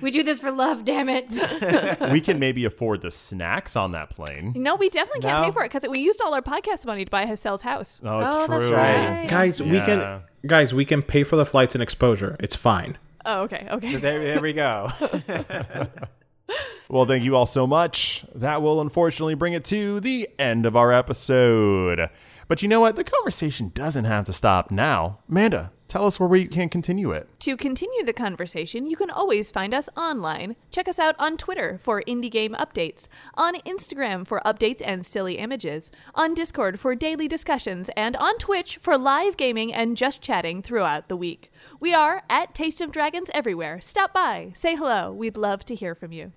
Speaker 6: We do this for love, damn it.
Speaker 2: we can maybe afford the snacks on that
Speaker 6: [laughs]
Speaker 2: plane.
Speaker 4: no, we definitely can't
Speaker 3: No.
Speaker 4: pay for it because we used all our podcast money to buy Hassel's house.
Speaker 2: Oh, it's
Speaker 6: Oh,
Speaker 2: true.
Speaker 6: that's
Speaker 3: right.
Speaker 5: Guys, we
Speaker 2: Yeah.
Speaker 5: can guys, we can pay for the flights and exposure. It's fine.
Speaker 4: Oh, okay,
Speaker 3: [laughs]
Speaker 4: okay.
Speaker 3: There, there we
Speaker 2: [laughs]
Speaker 3: go.
Speaker 2: Well, thank you all so much. That will unfortunately bring it to the end of our episode. But you know what? The conversation doesn't have to stop now. Amanda, tell us where we can continue it.
Speaker 4: To continue the conversation, you can always find us online. Check us out on Twitter for indie game updates, on Instagram for updates and silly images, on Discord for daily discussions, and on Twitch for live gaming and just chatting throughout the week. We are at Taste of Dragons everywhere. Stop by, say hello. We'd love to hear from you.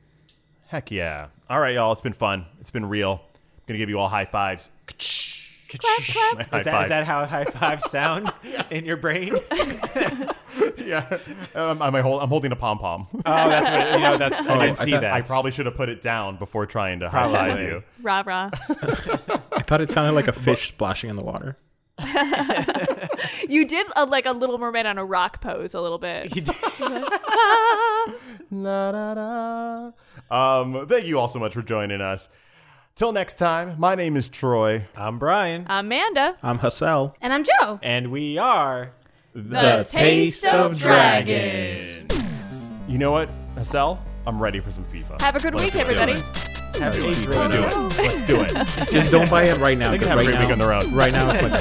Speaker 2: Heck yeah. All right, y'all. It's been fun. It's been real. I'm going to give you all high fives.
Speaker 4: clap.
Speaker 2: High
Speaker 3: Is that,
Speaker 2: five.
Speaker 3: is that how high fives sound in your brain? Oh,
Speaker 2: Um, I'm, I hold, I'm holding a pom pom.
Speaker 3: that's what, you know, that's, I didn't see
Speaker 5: thought-
Speaker 3: that.
Speaker 2: Oh, I probably should have put it down before trying to high
Speaker 3: Probably.
Speaker 2: five you.
Speaker 4: Rah rah.
Speaker 5: I thought it sounded like a fish splashing in the water.
Speaker 4: you did a, like a Little Mermaid on a rock pose a little
Speaker 3: [laughs]
Speaker 4: bit.
Speaker 2: La, da, da. Um, thank you all so much for joining us. Till next time, my name is Troy.
Speaker 3: I'm Brian.
Speaker 4: Amanda.
Speaker 5: I'm Hassel.
Speaker 6: And I'm Joe.
Speaker 3: and we are.
Speaker 5: The Taste of
Speaker 2: You know what, Hassel? I'm ready for some FIFA.
Speaker 4: Have a good week,
Speaker 2: do it.
Speaker 4: everybody.
Speaker 3: Have a great
Speaker 2: Let's do
Speaker 3: week.
Speaker 2: it. Let's do
Speaker 4: [laughs]
Speaker 2: it.
Speaker 5: Just don't buy it right now.
Speaker 2: They can
Speaker 5: 'cause
Speaker 2: have a great
Speaker 5: right now,
Speaker 2: week on their own.
Speaker 5: Right now, it's like.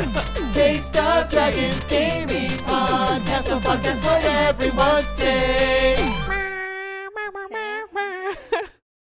Speaker 1: Taste of Dragons Gaming Podcast, a podcast for everyone's taste.